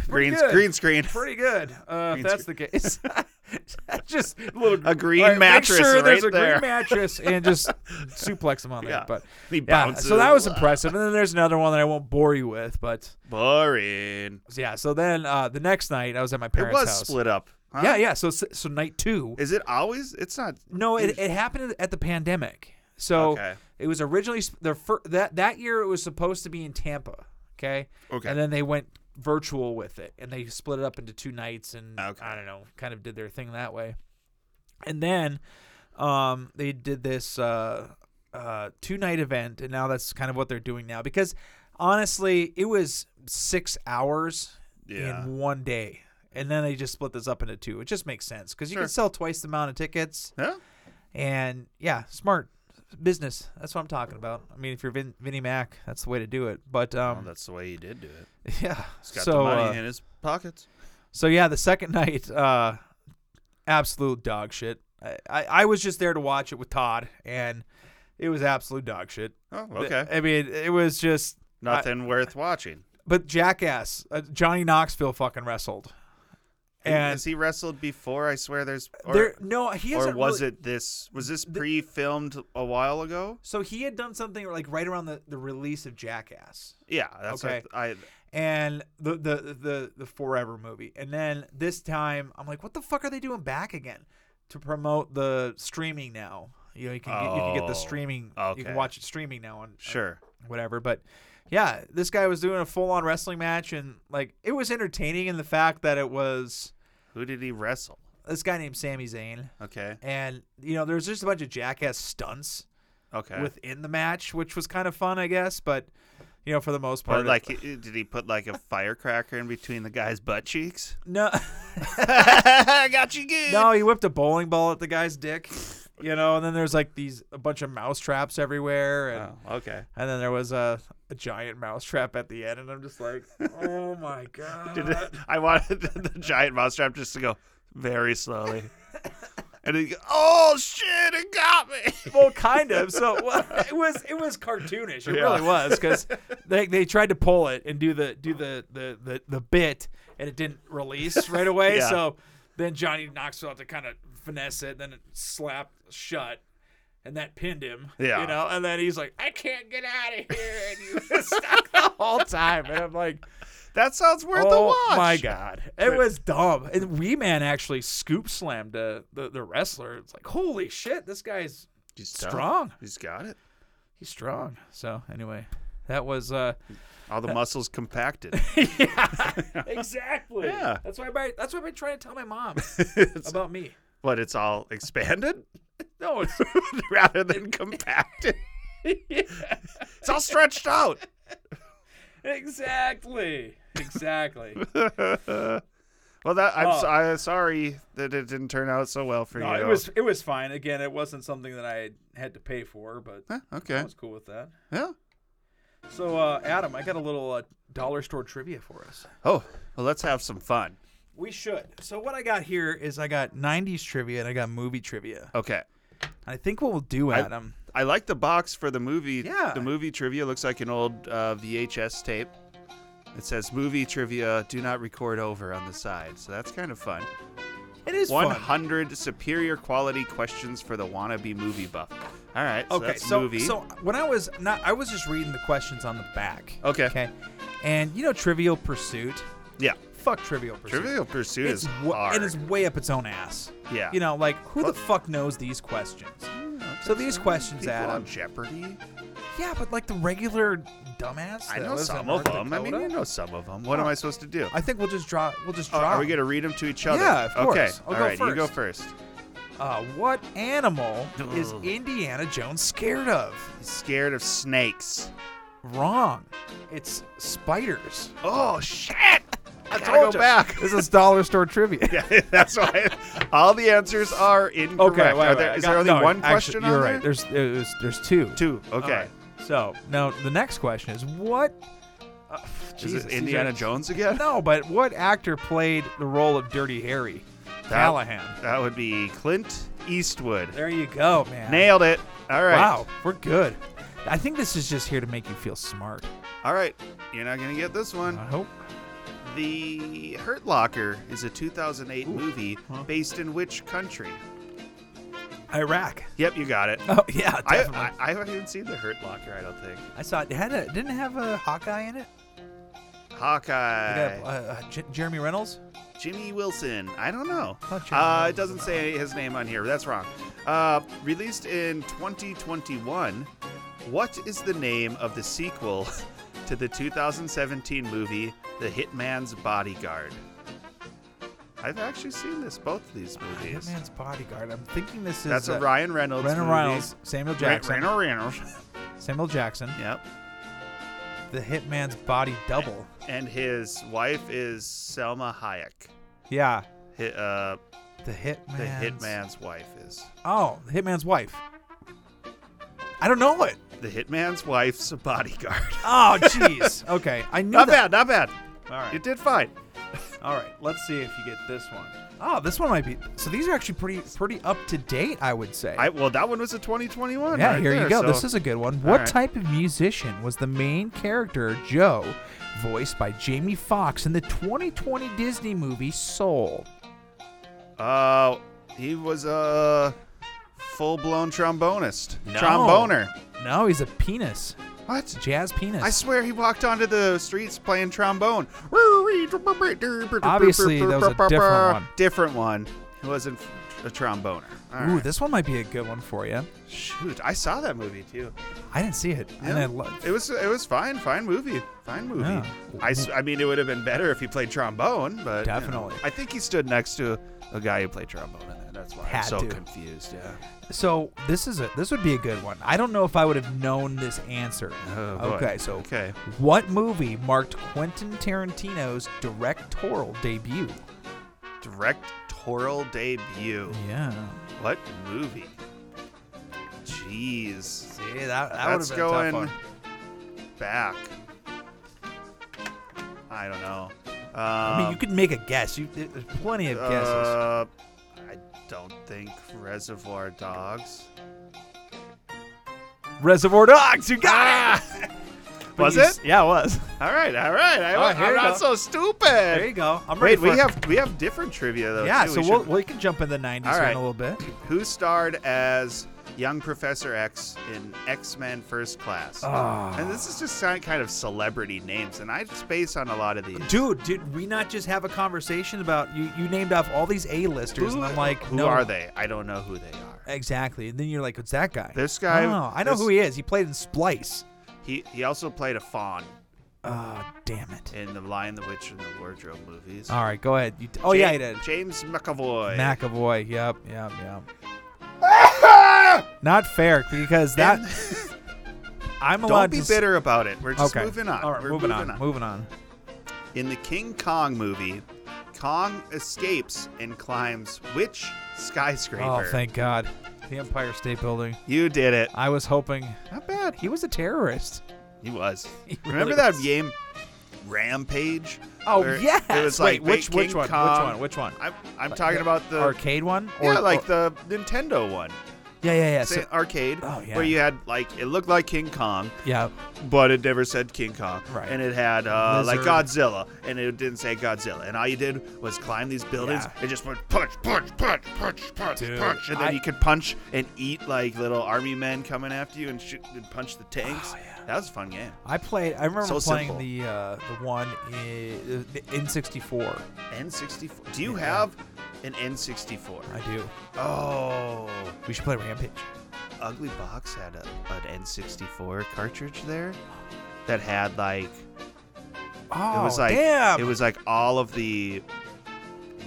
[SPEAKER 10] green
[SPEAKER 9] good.
[SPEAKER 10] green screen.
[SPEAKER 9] pretty good. Uh, if
[SPEAKER 10] Green
[SPEAKER 9] that's the case, just a little
[SPEAKER 10] A green
[SPEAKER 9] all right,
[SPEAKER 10] mattress
[SPEAKER 9] Make sure
[SPEAKER 10] right
[SPEAKER 9] there's a
[SPEAKER 10] there.
[SPEAKER 9] green mattress and just suplex him on there.
[SPEAKER 10] Yeah.
[SPEAKER 9] But
[SPEAKER 10] He
[SPEAKER 9] yeah, so that
[SPEAKER 10] bounces.
[SPEAKER 9] was impressive. And then there's another one that I won't bore you with, but
[SPEAKER 10] Boring.
[SPEAKER 9] yeah. So then uh, the next night I was at my
[SPEAKER 10] It
[SPEAKER 9] parents'
[SPEAKER 10] was
[SPEAKER 9] house.
[SPEAKER 10] split up. huh?
[SPEAKER 9] Yeah, yeah. So s- so night two.
[SPEAKER 10] Is it always? It's not.
[SPEAKER 9] no, it, it happened at the pandemic. So
[SPEAKER 10] Okay.
[SPEAKER 9] it was originally sp- their fir- that that year it was supposed to be in Tampa. Okay.
[SPEAKER 10] Okay.
[SPEAKER 9] And then they went virtual with it, and they split it up into two nights, and
[SPEAKER 10] Okay.
[SPEAKER 9] I don't know, kind of did their thing that way. And then um, they did this uh, uh, two night event, and now that's kind of what they're doing now. Because honestly, it was six hours
[SPEAKER 10] Yeah.
[SPEAKER 9] in one day, and then they just split this up into two. It just makes sense because you
[SPEAKER 10] Sure.
[SPEAKER 9] can sell twice the amount of tickets,
[SPEAKER 10] Yeah.
[SPEAKER 9] and yeah, smart business. That's what I'm talking about. I mean, if you're Vin- Vinnie Mac, that's the way to do it. But
[SPEAKER 10] Well,
[SPEAKER 9] um,
[SPEAKER 10] Oh, that's the way he did do it.
[SPEAKER 9] yeah,
[SPEAKER 10] He's got
[SPEAKER 9] so
[SPEAKER 10] the money
[SPEAKER 9] uh,
[SPEAKER 10] in his pockets.
[SPEAKER 9] so yeah, the second night, uh, absolute dog shit. I, I, I was just there to watch it with Todd, and it was absolute dog shit.
[SPEAKER 10] Oh,
[SPEAKER 9] Th-
[SPEAKER 10] okay.
[SPEAKER 9] I mean, it was just.
[SPEAKER 10] Nothing worth watching.
[SPEAKER 9] But Jackass, uh, Johnny Knoxville fucking wrestled, and
[SPEAKER 10] Has he wrestled before? I swear there's. Or,
[SPEAKER 9] there no he
[SPEAKER 10] or
[SPEAKER 9] hasn't
[SPEAKER 10] was
[SPEAKER 9] really-
[SPEAKER 10] it this? Was this pre filmed a while ago?
[SPEAKER 9] So he had done something like right around the, the release of Jackass.
[SPEAKER 10] Yeah. That's what
[SPEAKER 9] Okay.
[SPEAKER 10] I.
[SPEAKER 9] and the the the the Forever movie. And then this time, I'm like, what the fuck are they doing back again to promote the streaming now? You know, you can get, you can get
[SPEAKER 10] Oh,
[SPEAKER 9] the streaming. You
[SPEAKER 10] okay.
[SPEAKER 9] can watch it streaming now on
[SPEAKER 10] Sure.
[SPEAKER 9] whatever. But yeah, this guy was doing a full on wrestling match, and like it was entertaining in the fact that it was
[SPEAKER 10] Who did he wrestle?
[SPEAKER 9] this guy named Sami Zayn,
[SPEAKER 10] Okay.
[SPEAKER 9] and you know, there's just a bunch of jackass stunts
[SPEAKER 10] Okay.
[SPEAKER 9] within the match, which was kind of fun, I guess. But you know, for the most part,
[SPEAKER 10] Or
[SPEAKER 9] it-
[SPEAKER 10] like, i- did he put like a firecracker in between the guy's butt cheeks?
[SPEAKER 9] no.
[SPEAKER 10] I got you good.
[SPEAKER 9] No, he whipped a bowling ball at the guy's dick. You know, and then there's like these a bunch of mouse traps everywhere, and
[SPEAKER 10] Oh, okay.
[SPEAKER 9] and then there was a, a giant mouse trap at the end, and I'm just like, oh my god.
[SPEAKER 10] Did it- I wanted the, the giant mousetrap just to go very slowly. And he, oh shit, it got me.
[SPEAKER 9] well, kind of. So it wa- it was it was cartoonish. It really was because they they tried to pull it and do the do the the the, the bit, and it didn't release right away.
[SPEAKER 10] Yeah.
[SPEAKER 9] So then Johnny Knoxville had to kind of finesse it, then it slapped shut. And that pinned him,
[SPEAKER 10] Yeah.
[SPEAKER 9] you know. And then he's like, "I can't get out of here," and he was stuck the whole time. And I'm like,
[SPEAKER 10] That sounds worth a
[SPEAKER 9] Oh
[SPEAKER 10] watch.
[SPEAKER 9] my god, it was dumb. And Wee Man actually scoop slammed uh, the the wrestler. It's like, holy shit, this guy's
[SPEAKER 10] He's tough.
[SPEAKER 9] strong.
[SPEAKER 10] He's got it.
[SPEAKER 9] He's strong. So anyway, that was uh
[SPEAKER 10] All the muscles compacted.
[SPEAKER 9] exactly.
[SPEAKER 10] Yeah.
[SPEAKER 9] That's why I that's why I've been trying to tell my mom about me.
[SPEAKER 10] but it's all expanded
[SPEAKER 9] No, it's
[SPEAKER 10] rather than compacted. It's all stretched out.
[SPEAKER 9] exactly. Exactly.
[SPEAKER 10] Well, that I'm,
[SPEAKER 9] Oh.
[SPEAKER 10] so, I'm sorry that it didn't turn out so well for
[SPEAKER 9] No,
[SPEAKER 10] you.
[SPEAKER 9] it was it was fine. Again, it wasn't something that I had to pay for, but
[SPEAKER 10] Huh,
[SPEAKER 9] I
[SPEAKER 10] okay.
[SPEAKER 9] was cool with that.
[SPEAKER 10] Yeah.
[SPEAKER 9] So uh, Adam, I got a little uh, dollar store trivia for us.
[SPEAKER 10] Oh, well, let's have some fun.
[SPEAKER 9] We should. So what I got here is I got 90s trivia and I got movie trivia.
[SPEAKER 10] Okay.
[SPEAKER 9] I think what we'll do,
[SPEAKER 10] I-
[SPEAKER 9] Adam.
[SPEAKER 10] I like the box for the movie.
[SPEAKER 9] Yeah.
[SPEAKER 10] The movie trivia looks like an old uh, VHS tape. It says movie trivia, do not record over on the side. So that's kind of fun.
[SPEAKER 9] it is fun.
[SPEAKER 10] 100 superior quality questions for the wannabe movie buff. All right. So
[SPEAKER 9] Okay,
[SPEAKER 10] that's
[SPEAKER 9] so
[SPEAKER 10] movie.
[SPEAKER 9] so when I was not, I was just reading the questions on the back.
[SPEAKER 10] Okay.
[SPEAKER 9] Okay. And you know, Trivial Pursuit.
[SPEAKER 10] yeah.
[SPEAKER 9] Fuck Trivial Pursuit.
[SPEAKER 10] Trivial Pursuit
[SPEAKER 9] it's
[SPEAKER 10] is
[SPEAKER 9] wa-
[SPEAKER 10] hard.
[SPEAKER 9] and it's way up its own ass.
[SPEAKER 10] Yeah.
[SPEAKER 9] You know, like who the fuck knows these questions? So these questions,
[SPEAKER 10] People on
[SPEAKER 9] Adam.
[SPEAKER 10] Jeopardy.
[SPEAKER 9] Yeah, but like the regular dumbass.
[SPEAKER 10] I
[SPEAKER 9] that
[SPEAKER 10] know
[SPEAKER 9] lives in
[SPEAKER 10] some
[SPEAKER 9] North
[SPEAKER 10] of them. I
[SPEAKER 9] Dakota? Oh.
[SPEAKER 10] mean, you know some of them. What am I supposed to do?
[SPEAKER 9] I think we'll just draw. We'll just
[SPEAKER 10] Oh,
[SPEAKER 9] draw.
[SPEAKER 10] are we gonna read them to each other?
[SPEAKER 9] Yeah, of
[SPEAKER 10] Okay.
[SPEAKER 9] course. I'll
[SPEAKER 10] All
[SPEAKER 9] go
[SPEAKER 10] right, You go
[SPEAKER 9] first.
[SPEAKER 10] first.
[SPEAKER 9] Uh, what animal is Indiana Jones scared of?
[SPEAKER 10] He's scared of snakes.
[SPEAKER 9] Wrong. It's spiders.
[SPEAKER 10] Oh shit! I
[SPEAKER 9] I
[SPEAKER 10] gotta go
[SPEAKER 9] told ya.
[SPEAKER 10] back.
[SPEAKER 9] This is dollar store trivia.
[SPEAKER 10] Yeah, that's why all the answers are incorrect.
[SPEAKER 9] Okay, wait,
[SPEAKER 10] Are
[SPEAKER 9] wait,
[SPEAKER 10] there,
[SPEAKER 9] I
[SPEAKER 10] is
[SPEAKER 9] got-
[SPEAKER 10] there only
[SPEAKER 9] no,
[SPEAKER 10] one
[SPEAKER 9] actually,
[SPEAKER 10] question
[SPEAKER 9] You're
[SPEAKER 10] on
[SPEAKER 9] right.
[SPEAKER 10] there?
[SPEAKER 9] There's there's there's two.
[SPEAKER 10] Two. Okay.
[SPEAKER 9] All right. So now the next question is what? uh,
[SPEAKER 10] Is
[SPEAKER 9] Jesus,
[SPEAKER 10] it
[SPEAKER 9] these
[SPEAKER 10] Indiana
[SPEAKER 9] are-
[SPEAKER 10] Jones again?
[SPEAKER 9] No, but what actor played the role of Dirty Harry? Callahan.
[SPEAKER 10] That would be Clint Eastwood.
[SPEAKER 9] There you go, man.
[SPEAKER 10] Nailed it. All right.
[SPEAKER 9] Wow, we're good. I think this is just here to make you feel smart.
[SPEAKER 10] All right. You're not gonna get this one.
[SPEAKER 9] I hope.
[SPEAKER 10] The Hurt Locker is a 2008 movie based in which country?
[SPEAKER 9] Iraq.
[SPEAKER 10] Yep, you got it.
[SPEAKER 9] Oh yeah,
[SPEAKER 10] I,
[SPEAKER 9] definitely.
[SPEAKER 10] I, I haven't even seen The Hurt Locker. I don't think.
[SPEAKER 9] I saw it had a didn't it have a Hawkeye in it. It
[SPEAKER 10] Hawkeye.
[SPEAKER 9] had, uh, uh, J- Jeremy Reynolls.
[SPEAKER 10] Jimmy Wilson. I don't know.
[SPEAKER 9] Not Jimmy
[SPEAKER 10] Uh,
[SPEAKER 9] Wilson.
[SPEAKER 10] it doesn't say his name on here. but That's wrong. Uh, released in 2021. What is the name of the sequel to the 2017 movie The Hitman's Bodyguard? I've actually seen this, both of these movies.
[SPEAKER 9] Batman's Bodyguard. I'm thinking this is
[SPEAKER 10] That's
[SPEAKER 9] uh,
[SPEAKER 10] a Ryan Reynolds
[SPEAKER 9] Ryan
[SPEAKER 10] movie.
[SPEAKER 9] Reynolds, Samuel
[SPEAKER 10] Ra-
[SPEAKER 9] Jackson,
[SPEAKER 10] Ryan Reynolds.
[SPEAKER 9] Samuel Jackson,
[SPEAKER 10] yep.
[SPEAKER 9] the Hitman's Body Double.
[SPEAKER 10] And his wife is Selma Hayek.
[SPEAKER 9] Yeah,
[SPEAKER 10] Hi- uh,
[SPEAKER 9] the Hitman.
[SPEAKER 10] the hitman's wife is.
[SPEAKER 9] Oh, the Hitman's wife. I don't know it.
[SPEAKER 10] The hitman's wife's a bodyguard.
[SPEAKER 9] Oh, jeez. okay, I knew
[SPEAKER 10] not bad,
[SPEAKER 9] that.
[SPEAKER 10] not bad.
[SPEAKER 9] All right.
[SPEAKER 10] You did fine.
[SPEAKER 9] All right, let's see if you get this one. Oh, this one might be. So these are actually pretty pretty up to date, I would say.
[SPEAKER 10] I well, that one was a 2021.
[SPEAKER 9] yeah,
[SPEAKER 10] right
[SPEAKER 9] here
[SPEAKER 10] there,
[SPEAKER 9] you go.
[SPEAKER 10] so-
[SPEAKER 9] This is a good one. What
[SPEAKER 10] right.
[SPEAKER 9] type of musician was the main character Joe, voiced by Jamie Foxx in the 2020 Disney movie Soul?
[SPEAKER 10] Uh, he was a full-blown trombonist, tromboner.
[SPEAKER 9] No, he's a penis,
[SPEAKER 10] What?
[SPEAKER 9] jazz penis.
[SPEAKER 10] I swear he walked onto the streets playing trombone.
[SPEAKER 9] Obviously, that was a different one.
[SPEAKER 10] Different one. He wasn't a tromboner. All
[SPEAKER 9] Ooh,
[SPEAKER 10] right.
[SPEAKER 9] this one might be a good one for you.
[SPEAKER 10] Shoot, I saw that movie too.
[SPEAKER 9] I didn't see it, and I love
[SPEAKER 10] It was it was fine, fine movie, fine movie.
[SPEAKER 9] Yeah.
[SPEAKER 10] I, s- I mean, it would have been better if he played trombone, but you know.
[SPEAKER 9] Definitely.
[SPEAKER 10] I think he stood next to a guy who played trombone in it. That's why
[SPEAKER 9] Had
[SPEAKER 10] I'm so
[SPEAKER 9] to.
[SPEAKER 10] confused. Yeah.
[SPEAKER 9] So this is a this would be a good one. I don't know if I would have known this answer.
[SPEAKER 10] Oh, boy.
[SPEAKER 9] okay, so
[SPEAKER 10] Okay.
[SPEAKER 9] what movie marked Quentin Tarantino's directorial debut?
[SPEAKER 10] Directorial debut.
[SPEAKER 9] Yeah.
[SPEAKER 10] What movie? Jeez.
[SPEAKER 9] See that that would have
[SPEAKER 10] That's
[SPEAKER 9] been a
[SPEAKER 10] going
[SPEAKER 9] tough one.
[SPEAKER 10] back. I don't know. Um,
[SPEAKER 9] I mean, you could make a guess. You, there- there's plenty of guesses.
[SPEAKER 10] Uh, I don't think Reservoir Dogs.
[SPEAKER 9] Reservoir Dogs, you got it. But
[SPEAKER 10] Ah, Was
[SPEAKER 9] you
[SPEAKER 10] it?
[SPEAKER 9] s- Yeah, it was.
[SPEAKER 10] All right, all right. I,
[SPEAKER 9] All right, Ah, here
[SPEAKER 10] am
[SPEAKER 9] you
[SPEAKER 10] not so
[SPEAKER 9] go.
[SPEAKER 10] stupid.
[SPEAKER 9] There you go. I'm ready.
[SPEAKER 10] Wait, we
[SPEAKER 9] for-
[SPEAKER 10] have we have different trivia though.
[SPEAKER 9] Yeah,
[SPEAKER 10] too.
[SPEAKER 9] so
[SPEAKER 10] We
[SPEAKER 9] we'll,
[SPEAKER 10] should-
[SPEAKER 9] we can jump in the 90s
[SPEAKER 10] All
[SPEAKER 9] here in
[SPEAKER 10] right.
[SPEAKER 9] a little bit.
[SPEAKER 10] who starred as young Professor X in X Men First Class?
[SPEAKER 9] Ah.
[SPEAKER 10] And this is just kind kind of celebrity names, and I space on a lot of these.
[SPEAKER 9] Dude, did we not just have a conversation about you? You named off all these A-listers, and I'm like,
[SPEAKER 10] who
[SPEAKER 9] no,
[SPEAKER 10] are they? I don't know who they are.
[SPEAKER 9] Exactly. And then you're like, it's that guy.
[SPEAKER 10] This guy-
[SPEAKER 9] Oh, I know
[SPEAKER 10] this-
[SPEAKER 9] who he is. He played in Splice.
[SPEAKER 10] He he also played a fawn
[SPEAKER 9] Oh, damn it.
[SPEAKER 10] in The Lion, the Witch, and the Wardrobe movies.
[SPEAKER 9] All right, go ahead. You t- Ah. oh,
[SPEAKER 10] Ja-
[SPEAKER 9] yeah, he did.
[SPEAKER 10] James McAvoy.
[SPEAKER 9] McAvoy. Yep, yep, yep. Not fair because that. I'm allowed
[SPEAKER 10] Don't be
[SPEAKER 9] to s-
[SPEAKER 10] bitter about it. We're just
[SPEAKER 9] okay.
[SPEAKER 10] moving on.
[SPEAKER 9] All right,
[SPEAKER 10] We're
[SPEAKER 9] moving, on, Moving on.
[SPEAKER 10] In the King Kong movie, Kong escapes and climbs which skyscraper?
[SPEAKER 9] Oh, thank God. The Empire State Building.
[SPEAKER 10] you did it.
[SPEAKER 9] I was hoping.
[SPEAKER 10] Not bad.
[SPEAKER 9] He was a terrorist.
[SPEAKER 10] He was.
[SPEAKER 9] He
[SPEAKER 10] Remember
[SPEAKER 9] really
[SPEAKER 10] that
[SPEAKER 9] was.
[SPEAKER 10] game, Rampage?
[SPEAKER 9] Oh,
[SPEAKER 10] Where
[SPEAKER 9] yes!
[SPEAKER 10] It was
[SPEAKER 9] Wait,
[SPEAKER 10] like
[SPEAKER 9] which-
[SPEAKER 10] King
[SPEAKER 9] which one? Which
[SPEAKER 10] Kong-
[SPEAKER 9] one? Which one?
[SPEAKER 10] I'm, I'm talking about the
[SPEAKER 9] arcade one?
[SPEAKER 10] yeah, like the Nintendo one,
[SPEAKER 9] Yeah, yeah, yeah.
[SPEAKER 10] Say
[SPEAKER 9] So,
[SPEAKER 10] arcade,
[SPEAKER 9] Oh, yeah.
[SPEAKER 10] where you had like it looked like King Kong,
[SPEAKER 9] yeah.
[SPEAKER 10] but it never said King Kong,
[SPEAKER 9] Right.
[SPEAKER 10] and it had uh, like
[SPEAKER 9] Lizard.
[SPEAKER 10] Godzilla, and it didn't say Godzilla, and all you did was climb these buildings
[SPEAKER 9] Yeah.
[SPEAKER 10] and just went punch, punch, punch, punch, punch,
[SPEAKER 9] Dude,
[SPEAKER 10] punch, and then
[SPEAKER 9] I-
[SPEAKER 10] you could punch and eat like little army men coming after you and shoot and punch the
[SPEAKER 9] Oh,
[SPEAKER 10] tanks. That was a fun game.
[SPEAKER 9] I played. I remember
[SPEAKER 10] So
[SPEAKER 9] playing
[SPEAKER 10] simple.
[SPEAKER 9] the uh, the one in, the N64.
[SPEAKER 10] N64. Do you
[SPEAKER 9] Yeah.
[SPEAKER 10] have an N64?
[SPEAKER 9] I do.
[SPEAKER 10] Oh,
[SPEAKER 9] We should play Rampage.
[SPEAKER 10] Ugly Box had a, an N64 cartridge there that had like
[SPEAKER 9] Oh,
[SPEAKER 10] it was like
[SPEAKER 9] damn.
[SPEAKER 10] it was like all of the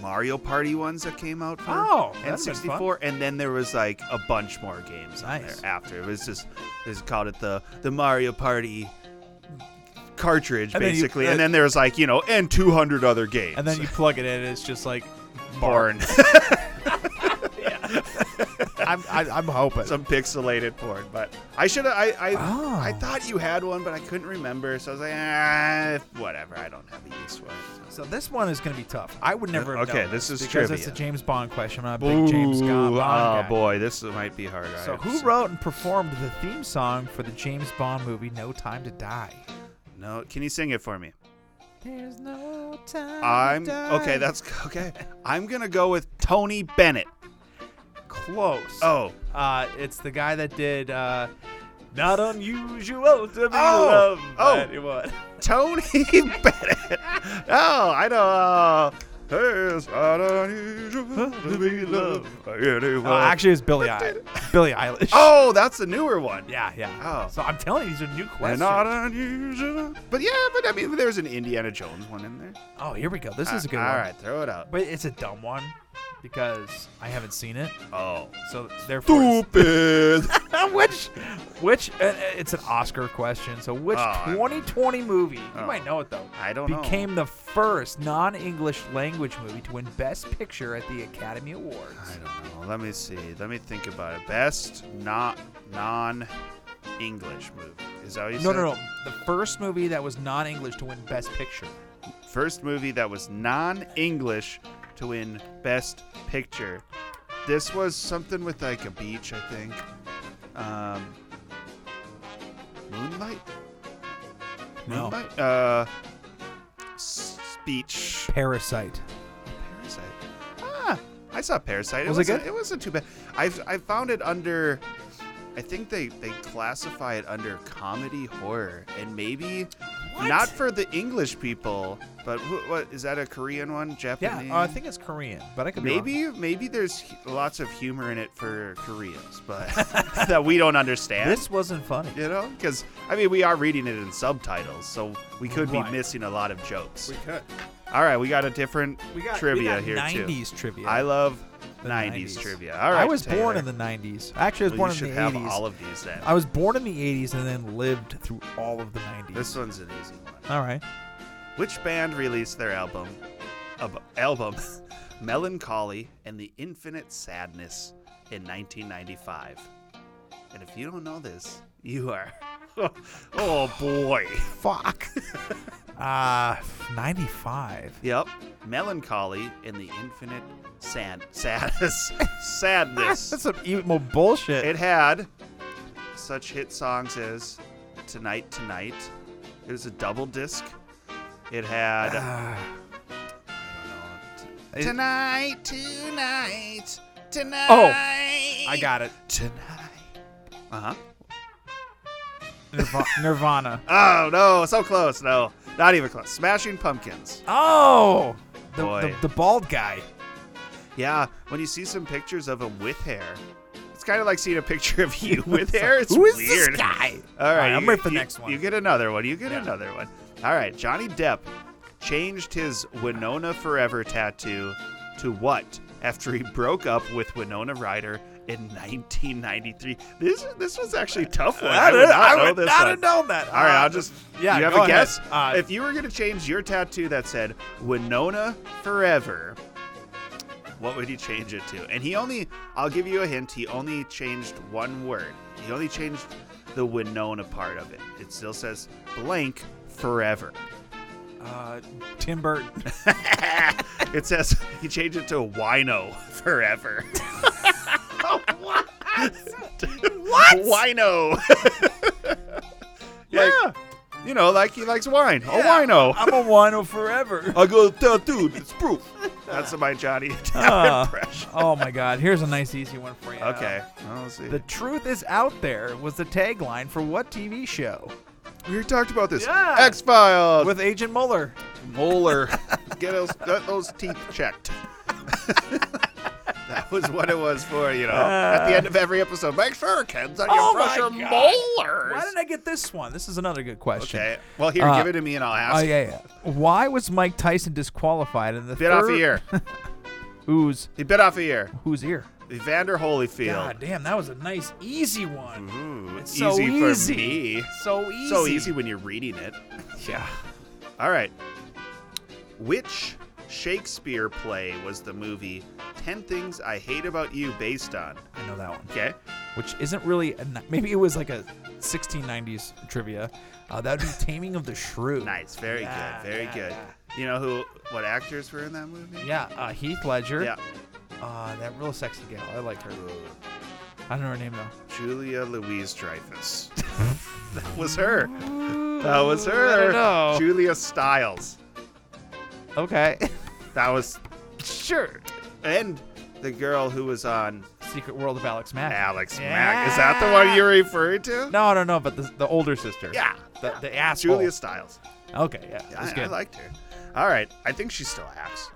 [SPEAKER 10] Mario Party ones that came out for
[SPEAKER 9] Oh, that'd been fun.
[SPEAKER 10] N64, and then there was like a bunch more games on
[SPEAKER 9] Nice.
[SPEAKER 10] there after. It was just they just called it the the Mario Party cartridge
[SPEAKER 9] And then you-
[SPEAKER 10] basically,
[SPEAKER 9] uh,
[SPEAKER 10] and then there was like you know and 200 other games.
[SPEAKER 9] and then you plug it in, and it's just like
[SPEAKER 10] porn,
[SPEAKER 9] I'm I, I'm hoping.
[SPEAKER 10] some pixelated porn. But I should have. I I,
[SPEAKER 9] Oh.
[SPEAKER 10] I thought you had one, but I couldn't remember, so I was like, ah, whatever. I don't have a use for it.
[SPEAKER 9] So this one is gonna be tough. I would never. Have
[SPEAKER 10] Okay,
[SPEAKER 9] known
[SPEAKER 10] this is
[SPEAKER 9] because it's
[SPEAKER 10] trivia.
[SPEAKER 9] a James Bond question. I'm not a big James
[SPEAKER 10] Ooh,
[SPEAKER 9] Bond.
[SPEAKER 10] Oh
[SPEAKER 9] guy.
[SPEAKER 10] boy, this might be harder.
[SPEAKER 9] So
[SPEAKER 10] I-
[SPEAKER 9] who wrote and performed the theme song for the James Bond movie No Time to Die?
[SPEAKER 10] No, can you sing it for me?
[SPEAKER 9] There's no time.
[SPEAKER 10] I'm
[SPEAKER 9] to die.
[SPEAKER 10] okay. That's okay. I'm gonna go with Tony Bennett.
[SPEAKER 9] close.
[SPEAKER 10] Oh,
[SPEAKER 9] Uh, it's the guy that did uh, Not Unusual to Be
[SPEAKER 10] Oh!
[SPEAKER 9] Loved
[SPEAKER 10] Oh!
[SPEAKER 9] by Anyone.
[SPEAKER 10] Tony Bennett. Oh, I know. Uh, Hey, it's not unusual to be loved by anyone.
[SPEAKER 9] Uh, actually, it's Billy I- Billy Eilish.
[SPEAKER 10] oh, that's the newer one.
[SPEAKER 9] yeah, yeah.
[SPEAKER 10] Oh.
[SPEAKER 9] So I'm telling you, these are new
[SPEAKER 10] And
[SPEAKER 9] questions.
[SPEAKER 10] not unusual. But yeah, but I mean, there's an Indiana Jones one in there.
[SPEAKER 9] oh, here we go. This is a good
[SPEAKER 10] Uh, All
[SPEAKER 9] one.
[SPEAKER 10] right, throw it out.
[SPEAKER 9] But it's a dumb one because I haven't seen it.
[SPEAKER 10] Oh.
[SPEAKER 9] So therefore, it's-
[SPEAKER 10] Stupid.
[SPEAKER 9] which which uh, uh, it's an Oscar question. So which
[SPEAKER 10] Oh, I-
[SPEAKER 9] 2020 movie?
[SPEAKER 10] Oh.
[SPEAKER 9] You might know it though.
[SPEAKER 10] I don't know.
[SPEAKER 9] became the first non-English language movie to win Best Picture at the Academy
[SPEAKER 10] I
[SPEAKER 9] Awards.
[SPEAKER 10] don't know. Let me see. Let me think about it. Best not non English movie. Is that what you
[SPEAKER 9] No,
[SPEAKER 10] said?
[SPEAKER 9] no, no. The first movie that was non-English to win Best Picture.
[SPEAKER 10] First movie that was non English to win Best Picture. This was something with like a beach, I think. Um, Moonlight?
[SPEAKER 9] No.
[SPEAKER 10] Moonlight? Uh, s- speech.
[SPEAKER 9] Parasite.
[SPEAKER 10] Parasite. Ah, I saw Parasite.
[SPEAKER 9] Was
[SPEAKER 10] it
[SPEAKER 9] it
[SPEAKER 10] wasn't-
[SPEAKER 9] good?
[SPEAKER 10] It wasn't too bad. I've I found it under. I think they they classify it under comedy horror, and maybe not for the English people, but wh- what is that a Korean one?
[SPEAKER 9] Yeah,
[SPEAKER 10] Japanese?
[SPEAKER 9] uh, I think it's Korean, but I could be wrong.
[SPEAKER 10] Maybe maybe there's hu- lots of humor in it for Koreans, but that we don't understand.
[SPEAKER 9] This wasn't funny.
[SPEAKER 10] you know, because I mean, we are reading it in subtitles, so we could
[SPEAKER 9] Right.
[SPEAKER 10] be missing a lot of jokes.
[SPEAKER 5] could.
[SPEAKER 10] All right, we got a different
[SPEAKER 9] We got
[SPEAKER 10] trivia
[SPEAKER 9] we got
[SPEAKER 10] here
[SPEAKER 9] 90s
[SPEAKER 10] too.
[SPEAKER 9] trivia.
[SPEAKER 10] I love
[SPEAKER 9] The
[SPEAKER 10] 90s, trivia. All right,
[SPEAKER 9] I was born
[SPEAKER 10] Taylor.
[SPEAKER 9] in the 90s. Actually, I was
[SPEAKER 10] Well,
[SPEAKER 9] born
[SPEAKER 10] you
[SPEAKER 9] in the
[SPEAKER 10] should have
[SPEAKER 9] 80s.
[SPEAKER 10] all of these then.
[SPEAKER 9] I was born in the 80s and then lived through all of the 90s.
[SPEAKER 10] This one's an easy one.
[SPEAKER 9] all right.
[SPEAKER 10] Which band released their album, ab- album, Melancholy and the Infinite Sadness in 1995? And if you don't know this, you are. oh boy.
[SPEAKER 9] Fuck. uh, 95.
[SPEAKER 10] Yep. Melancholy and the Infinite sad- Sadness. Sadness.
[SPEAKER 9] Ah, That's some emo bullshit.
[SPEAKER 10] It had such hit songs as Tonight Tonight. It was a double disc. It had I don't know, t-
[SPEAKER 9] It-
[SPEAKER 10] Tonight Tonight Tonight
[SPEAKER 9] I got it.
[SPEAKER 10] Tonight. Uh-huh.
[SPEAKER 9] Nirva- Nirvana.
[SPEAKER 10] Oh no, so close. No. Not even close. Smashing Pumpkins.
[SPEAKER 9] Oh, the, the,
[SPEAKER 10] Boy.
[SPEAKER 9] the bald guy.
[SPEAKER 10] Yeah, when you see some pictures of him with hair, it's kind of like seeing a picture of you with hair. It's
[SPEAKER 9] Who is this
[SPEAKER 10] weird.
[SPEAKER 9] guy?
[SPEAKER 10] All right,
[SPEAKER 9] I'm
[SPEAKER 10] you-
[SPEAKER 9] ready for the
[SPEAKER 10] you-
[SPEAKER 9] next one.
[SPEAKER 10] You get another one. You get another one. All right, Johnny Depp changed his Winona Forever tattoo to what after he broke up with Winona Ryder in 1993? This this was actually a tough one. I, would
[SPEAKER 9] did-
[SPEAKER 10] not
[SPEAKER 9] I
[SPEAKER 10] know
[SPEAKER 9] would
[SPEAKER 10] this
[SPEAKER 9] not
[SPEAKER 10] one.
[SPEAKER 9] have known that.
[SPEAKER 10] All right,
[SPEAKER 9] Uh,
[SPEAKER 10] I'll just.
[SPEAKER 9] yeah,
[SPEAKER 10] you have
[SPEAKER 9] go
[SPEAKER 10] a
[SPEAKER 9] ahead.
[SPEAKER 10] guess?
[SPEAKER 9] Uh,
[SPEAKER 10] if you were gonna change your tattoo that said Winona Forever, what would you change it to? And he only, I'll give you a hint. He only changed one word. He only changed the Winona part of it. It still says blank forever.
[SPEAKER 9] Uh, Tim Burton.
[SPEAKER 10] It says he changed it to wino forever. what? what? Wino. yeah. you know, like he likes wine. a wino.
[SPEAKER 9] I'm a wino forever.
[SPEAKER 10] I go tattooed. It's proof. Ah. That's my Johnny Depp
[SPEAKER 9] Uh,
[SPEAKER 10] impression.
[SPEAKER 9] oh my God. Here's a nice, easy one for you.
[SPEAKER 10] Okay. I'll see.
[SPEAKER 9] The truth is out there was the tagline for what TV show?
[SPEAKER 10] we already talked about this.
[SPEAKER 9] Yeah.
[SPEAKER 10] X Files
[SPEAKER 9] With Agent Muller.
[SPEAKER 10] molar. Get those, get those teeth checked. that was what it was for, you know. at the end of every episode, make sure kids that you
[SPEAKER 9] Oh
[SPEAKER 10] brush
[SPEAKER 9] my
[SPEAKER 10] your
[SPEAKER 9] God.
[SPEAKER 10] molars.
[SPEAKER 9] Why did I get this one? This is another good question.
[SPEAKER 10] Okay. Well, here,
[SPEAKER 9] Uh,
[SPEAKER 10] give it to me and I'll ask.
[SPEAKER 9] Oh yeah, yeah. Why was Mike Tyson disqualified in the
[SPEAKER 10] Bit
[SPEAKER 9] third?
[SPEAKER 10] off a ear.
[SPEAKER 9] Who's
[SPEAKER 10] He bit off a ear.
[SPEAKER 9] who's ear?
[SPEAKER 10] Evander
[SPEAKER 9] God
[SPEAKER 10] Holyfield.
[SPEAKER 9] damn, that was a nice easy one.
[SPEAKER 10] Ooh,
[SPEAKER 9] It's
[SPEAKER 10] Mm-hmm. easy,
[SPEAKER 9] so
[SPEAKER 10] for
[SPEAKER 9] easy.
[SPEAKER 10] me.
[SPEAKER 9] So easy.
[SPEAKER 10] So easy when you're reading it.
[SPEAKER 9] Yeah.
[SPEAKER 10] All right. Which Shakespeare play was the movie 10 Things I Hate About You based on?
[SPEAKER 9] I know that one.
[SPEAKER 10] Okay.
[SPEAKER 9] Which isn't really a, ni- maybe it was like a 1690s trivia. Uh, that would be Taming of the Shrew.
[SPEAKER 10] Nice. Very
[SPEAKER 9] Yeah,
[SPEAKER 10] good. Very
[SPEAKER 9] yeah,
[SPEAKER 10] good.
[SPEAKER 9] yeah.
[SPEAKER 10] You know who, what actors were in that movie?
[SPEAKER 9] Yeah, uh, Heath Ledger.
[SPEAKER 10] Yeah.
[SPEAKER 9] Uh, that real sexy gal. I like her. I don't know her name though.
[SPEAKER 10] Julia Louise Dreyfus. that was her. That was her.
[SPEAKER 9] know.
[SPEAKER 10] Julia Stiles.
[SPEAKER 9] Okay.
[SPEAKER 10] That was.
[SPEAKER 9] sure.
[SPEAKER 10] And the girl who was on
[SPEAKER 9] Secret World of Alex Mack.
[SPEAKER 10] Alex Mack. Is that the one you referred to?
[SPEAKER 9] No, no, no. But the, the older sister.
[SPEAKER 10] Yeah.
[SPEAKER 9] The, the asshole.
[SPEAKER 10] Julia Stiles.
[SPEAKER 9] Okay. Yeah. That's
[SPEAKER 10] I,
[SPEAKER 9] good.
[SPEAKER 10] I liked her. All right. I think she still acts.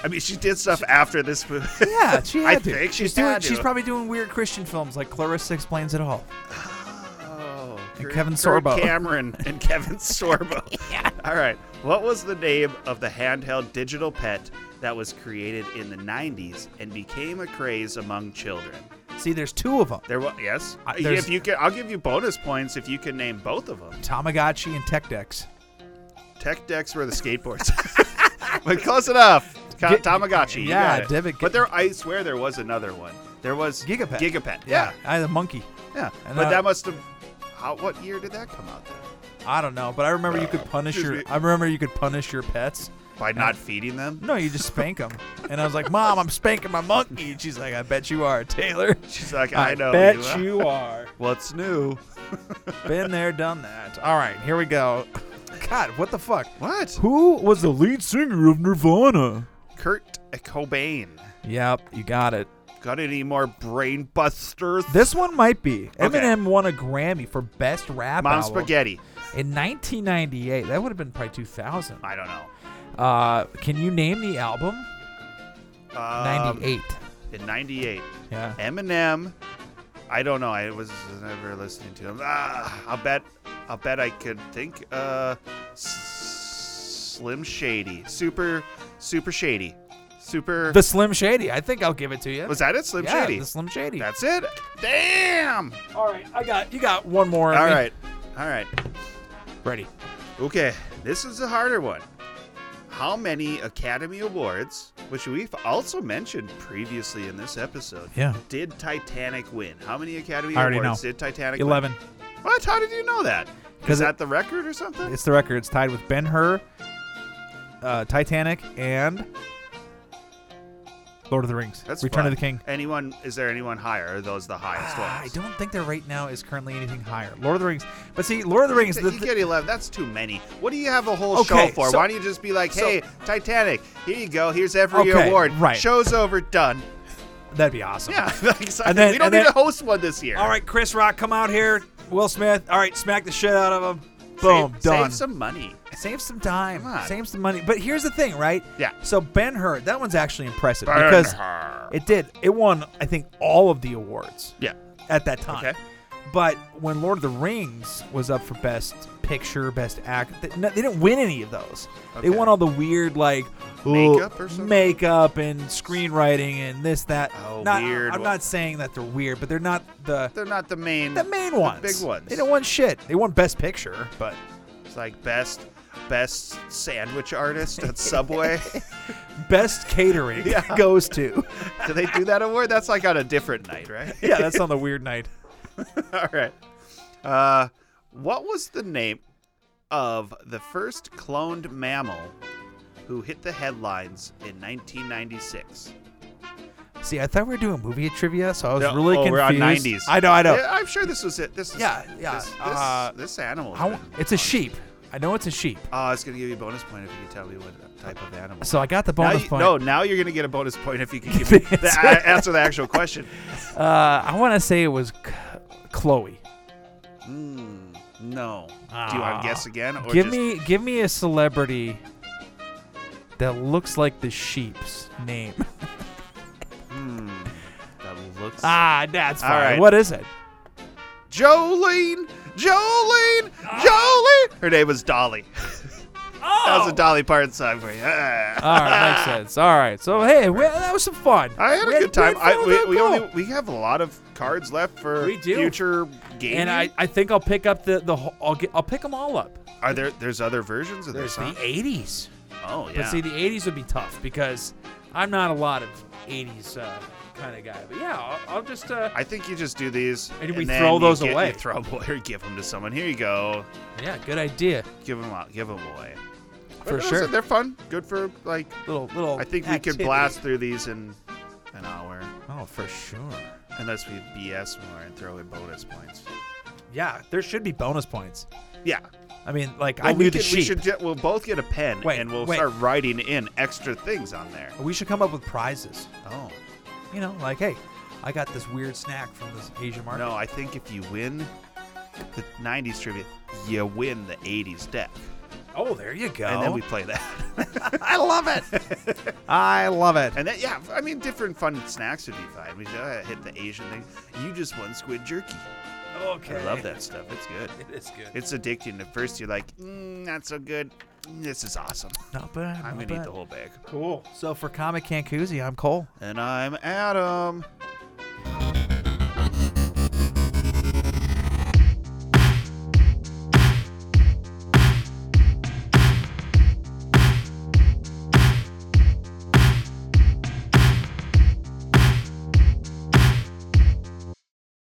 [SPEAKER 10] I mean, she did stuff after this movie.
[SPEAKER 9] Yeah, she had
[SPEAKER 10] I
[SPEAKER 9] to.
[SPEAKER 10] think she
[SPEAKER 9] she's doing.
[SPEAKER 10] had to.
[SPEAKER 9] She's probably doing weird Christian films like Clarissa explains it all.
[SPEAKER 10] Oh, Kurt-
[SPEAKER 9] Kevin
[SPEAKER 10] Kurt
[SPEAKER 9] Sorbo.
[SPEAKER 10] Cameron and Kevin Sorbo. All right. What was the name of the handheld digital pet that was created in the 90s and became a craze among children?
[SPEAKER 9] See, there's two of them:
[SPEAKER 10] There was yes.
[SPEAKER 9] I- there's-
[SPEAKER 10] if you can, I'll give you bonus points if you can name both of them.
[SPEAKER 9] Tamagotchi and Tech Decks.
[SPEAKER 10] Tech decks were the skateboards, but close enough. Ka-
[SPEAKER 9] Gi-
[SPEAKER 10] Tamagotchi. you
[SPEAKER 9] yeah,
[SPEAKER 10] got it.
[SPEAKER 9] David-
[SPEAKER 10] But there, I swear, there was another one. There was
[SPEAKER 9] Gigapet.
[SPEAKER 10] Gigapet. Yeah,
[SPEAKER 9] I had a monkey.
[SPEAKER 10] yeah.
[SPEAKER 9] And uh,
[SPEAKER 10] But
[SPEAKER 9] I-
[SPEAKER 10] that must have. How, what year did that come out? Then?
[SPEAKER 9] I don't know, but I remember you could punish
[SPEAKER 10] excuse
[SPEAKER 9] your.
[SPEAKER 10] me.
[SPEAKER 9] I remember you could punish your pets.
[SPEAKER 10] By not feeding them.
[SPEAKER 9] No, you just spank them. and I was like, "Mom, I'm spanking my monkey." And she's like, "I bet you are, Taylor."
[SPEAKER 10] She's like, I, know.
[SPEAKER 9] bet you are.
[SPEAKER 10] What's new?
[SPEAKER 9] Been there, done that. All right, here we go. God, what the fuck?
[SPEAKER 10] What?
[SPEAKER 9] Who was the lead singer of Nirvana?
[SPEAKER 10] Kurt Cobain.
[SPEAKER 9] Yep, you got it.
[SPEAKER 10] Got any more brain busters?
[SPEAKER 9] This one might be.
[SPEAKER 10] Okay.
[SPEAKER 9] Eminem won a Grammy for Best Rap
[SPEAKER 10] Mom
[SPEAKER 9] Album
[SPEAKER 10] Spaghetti.
[SPEAKER 9] in 1998. That would have been probably 2000.
[SPEAKER 10] I don't know.
[SPEAKER 9] Uh, can you name the album?
[SPEAKER 10] Um,
[SPEAKER 9] 98.
[SPEAKER 10] In 98.
[SPEAKER 9] Yeah.
[SPEAKER 10] Eminem. I don't know. I was never listening to him. Ah, I'll bet. I'll bet I could think. Uh, S- Slim Shady. Super. Super Shady. Super.
[SPEAKER 9] The Slim Shady. I think I'll give it to you.
[SPEAKER 10] was that it? Slim
[SPEAKER 9] yeah,
[SPEAKER 10] Shady.
[SPEAKER 9] the Slim Shady.
[SPEAKER 10] That's it. Damn.
[SPEAKER 9] All right, I got you. Got one more.
[SPEAKER 10] All right. All right.
[SPEAKER 9] ready.
[SPEAKER 10] Okay, this is a harder one. How many Academy Awards, which we've also mentioned previously in this episode,
[SPEAKER 9] Yeah.
[SPEAKER 10] did Titanic win? How many Academy
[SPEAKER 9] I already
[SPEAKER 10] Awards
[SPEAKER 9] know.
[SPEAKER 10] did Titanic
[SPEAKER 9] Eleven.
[SPEAKER 10] win? What? How did you know that?
[SPEAKER 9] 'Cause
[SPEAKER 10] Is
[SPEAKER 9] it-
[SPEAKER 10] that the record or something?
[SPEAKER 9] It's the record. It's tied with Ben Hur, uh, Titanic, and Lord of the Rings.
[SPEAKER 10] That's
[SPEAKER 9] Return
[SPEAKER 10] fun.
[SPEAKER 9] of the King.
[SPEAKER 10] Anyone? Is there anyone higher? Are those the highest
[SPEAKER 9] Ah, I
[SPEAKER 10] ones?
[SPEAKER 9] don't think there right now is currently anything higher. Lord of the Rings, but see, Lord of the Rings. The,
[SPEAKER 10] You get 11. That's too many. What do you have a whole
[SPEAKER 9] Okay,
[SPEAKER 10] show for?
[SPEAKER 9] so-
[SPEAKER 10] Why don't you just be like,
[SPEAKER 9] so-
[SPEAKER 10] hey, Titanic, here you go. Here's every
[SPEAKER 9] Okay,
[SPEAKER 10] award.
[SPEAKER 9] right.
[SPEAKER 10] Show's over. Done.
[SPEAKER 9] that'd be awesome.
[SPEAKER 10] Yeah. exactly.
[SPEAKER 9] then-
[SPEAKER 10] we don't
[SPEAKER 9] and
[SPEAKER 10] need to
[SPEAKER 9] then-
[SPEAKER 10] host one this year.
[SPEAKER 9] All right, Chris Rock, come out here. Will Smith. All right, smack the shit out of him. Boom,
[SPEAKER 10] Save,
[SPEAKER 9] done.
[SPEAKER 10] save some money.
[SPEAKER 9] Save some time.
[SPEAKER 10] Come on.
[SPEAKER 9] Save some money. But here's the thing, right?
[SPEAKER 10] Yeah.
[SPEAKER 9] So Ben Hur, that one's actually impressive
[SPEAKER 10] Ben
[SPEAKER 9] because
[SPEAKER 10] Hur.
[SPEAKER 9] it did. It won, I think, all of the awards
[SPEAKER 10] Yeah.
[SPEAKER 9] at that time.
[SPEAKER 10] Okay.
[SPEAKER 9] But when Lord of the Rings was up for Best Picture, Best Act, they, no, they didn't win any of those. They
[SPEAKER 10] Okay.
[SPEAKER 9] won all the weird like
[SPEAKER 10] Makeup or something?
[SPEAKER 9] makeup and screenwriting and this that.
[SPEAKER 10] Oh,
[SPEAKER 9] Not-
[SPEAKER 10] weird
[SPEAKER 9] I'm
[SPEAKER 10] one.
[SPEAKER 9] not saying that they're weird, but they're not the
[SPEAKER 10] They're not the main
[SPEAKER 9] the main ones.
[SPEAKER 10] big ones.
[SPEAKER 9] They didn't win shit. They won Best Picture, but
[SPEAKER 10] It's like best best sandwich artist at Subway.
[SPEAKER 9] Best Catering goes to.
[SPEAKER 10] do they do that award? That's like on a different night, right?
[SPEAKER 9] Yeah, that's on the weird night.
[SPEAKER 10] All right. Uh, what was the name of the first cloned mammal who hit the headlines in 1996?
[SPEAKER 9] See, I thought we were doing movie trivia, so I was
[SPEAKER 10] No,
[SPEAKER 9] really
[SPEAKER 10] oh,
[SPEAKER 9] confused.
[SPEAKER 10] we're on 90s.
[SPEAKER 9] I know, I know.
[SPEAKER 10] Yeah, I'm sure this was it. This is
[SPEAKER 9] Yeah, yeah,
[SPEAKER 10] This, this,
[SPEAKER 9] uh,
[SPEAKER 10] this animal.
[SPEAKER 9] I w- it's a sheep. I know it's a sheep.
[SPEAKER 10] Oh, I was gonna give you a bonus point if you could tell me what type of animal.
[SPEAKER 9] So I got the
[SPEAKER 10] Now
[SPEAKER 9] bonus
[SPEAKER 10] you-
[SPEAKER 9] point.
[SPEAKER 10] No, now you're gonna get a bonus point if you can give me the, a- answer the actual question.
[SPEAKER 9] Uh, I want to say it was C- Chloe.
[SPEAKER 10] Mm, no. Do you want to guess again? Or
[SPEAKER 9] Ah. give
[SPEAKER 10] just,
[SPEAKER 9] me, give me a celebrity that looks like the sheep's name.
[SPEAKER 10] That looks.
[SPEAKER 9] ah, that's
[SPEAKER 10] All
[SPEAKER 9] fine.
[SPEAKER 10] right.
[SPEAKER 9] What is it?
[SPEAKER 10] Jolene! Jolene! Jolene! Her name was Dolly. that was a Dolly Parton song for you. Ah.
[SPEAKER 9] Oh! All right, makes sense. All right. So hey, well, that was some fun.
[SPEAKER 10] I had a
[SPEAKER 9] We
[SPEAKER 10] good time.
[SPEAKER 9] we had
[SPEAKER 10] I,
[SPEAKER 9] fun
[SPEAKER 10] we,
[SPEAKER 9] with
[SPEAKER 10] we,
[SPEAKER 9] that
[SPEAKER 10] only,
[SPEAKER 9] goal.
[SPEAKER 10] we have a lot of cards left for
[SPEAKER 9] We do.
[SPEAKER 10] future gaming.
[SPEAKER 9] and I, I think I'll pick up the the whole- I'll get I'll pick them all up.
[SPEAKER 10] Are there? There's other versions of
[SPEAKER 9] There's
[SPEAKER 10] this, huh?
[SPEAKER 9] the '80s.
[SPEAKER 10] Oh yeah.
[SPEAKER 9] But see, the '80s would be tough because I'm not a lot of '80s uh, kind of guy. But yeah, I'll, I'll just. Uh,
[SPEAKER 10] I think you just do these,
[SPEAKER 9] And we
[SPEAKER 10] then
[SPEAKER 9] throw
[SPEAKER 10] you
[SPEAKER 9] those
[SPEAKER 10] get- you
[SPEAKER 9] away.
[SPEAKER 10] throw them away, or give them to someone. Here you go.
[SPEAKER 9] yeah, good idea
[SPEAKER 10] Give them out. Give them away. But
[SPEAKER 9] for
[SPEAKER 10] those are-
[SPEAKER 9] sure.
[SPEAKER 10] They're fun. Good for like.
[SPEAKER 9] Little little.
[SPEAKER 10] I think we
[SPEAKER 9] activity.
[SPEAKER 10] could blast through these in an hour,
[SPEAKER 9] Oh, for sure.
[SPEAKER 10] unless we BS more and throw in bonus points.
[SPEAKER 9] Yeah, there should be bonus points.
[SPEAKER 10] Yeah.
[SPEAKER 9] I mean, like I
[SPEAKER 10] Well, we
[SPEAKER 9] knew the
[SPEAKER 10] could-
[SPEAKER 9] sheep.
[SPEAKER 10] We should ju- we'll both get a pen
[SPEAKER 9] Wait,
[SPEAKER 10] and we'll
[SPEAKER 9] wait.
[SPEAKER 10] start writing in extra things on there.
[SPEAKER 9] we should come up with prizes.
[SPEAKER 10] Oh.
[SPEAKER 9] You know, like hey, I got this weird snack from this Asian market.
[SPEAKER 10] No, I think if you win the 90s trivia, you win the 80s deck.
[SPEAKER 9] Oh, there you go.
[SPEAKER 10] And then we play that.
[SPEAKER 9] I love it. I love it.
[SPEAKER 10] And that, yeah, I mean, different fun snacks would be fine. We should uh, hit the Asian thing. You just won squid jerky.
[SPEAKER 6] Okay.
[SPEAKER 10] I love that stuff. It's good.
[SPEAKER 6] It is good.
[SPEAKER 10] It's addicting. At first, you're like, mm, not so good. Mm, This is awesome.
[SPEAKER 9] Not bad.
[SPEAKER 10] I'm
[SPEAKER 9] not
[SPEAKER 10] gonna eat
[SPEAKER 9] bad.
[SPEAKER 10] the whole bag.
[SPEAKER 9] Cool. So for Comic Cancusi, I'm Cole.
[SPEAKER 10] And I'm Adam.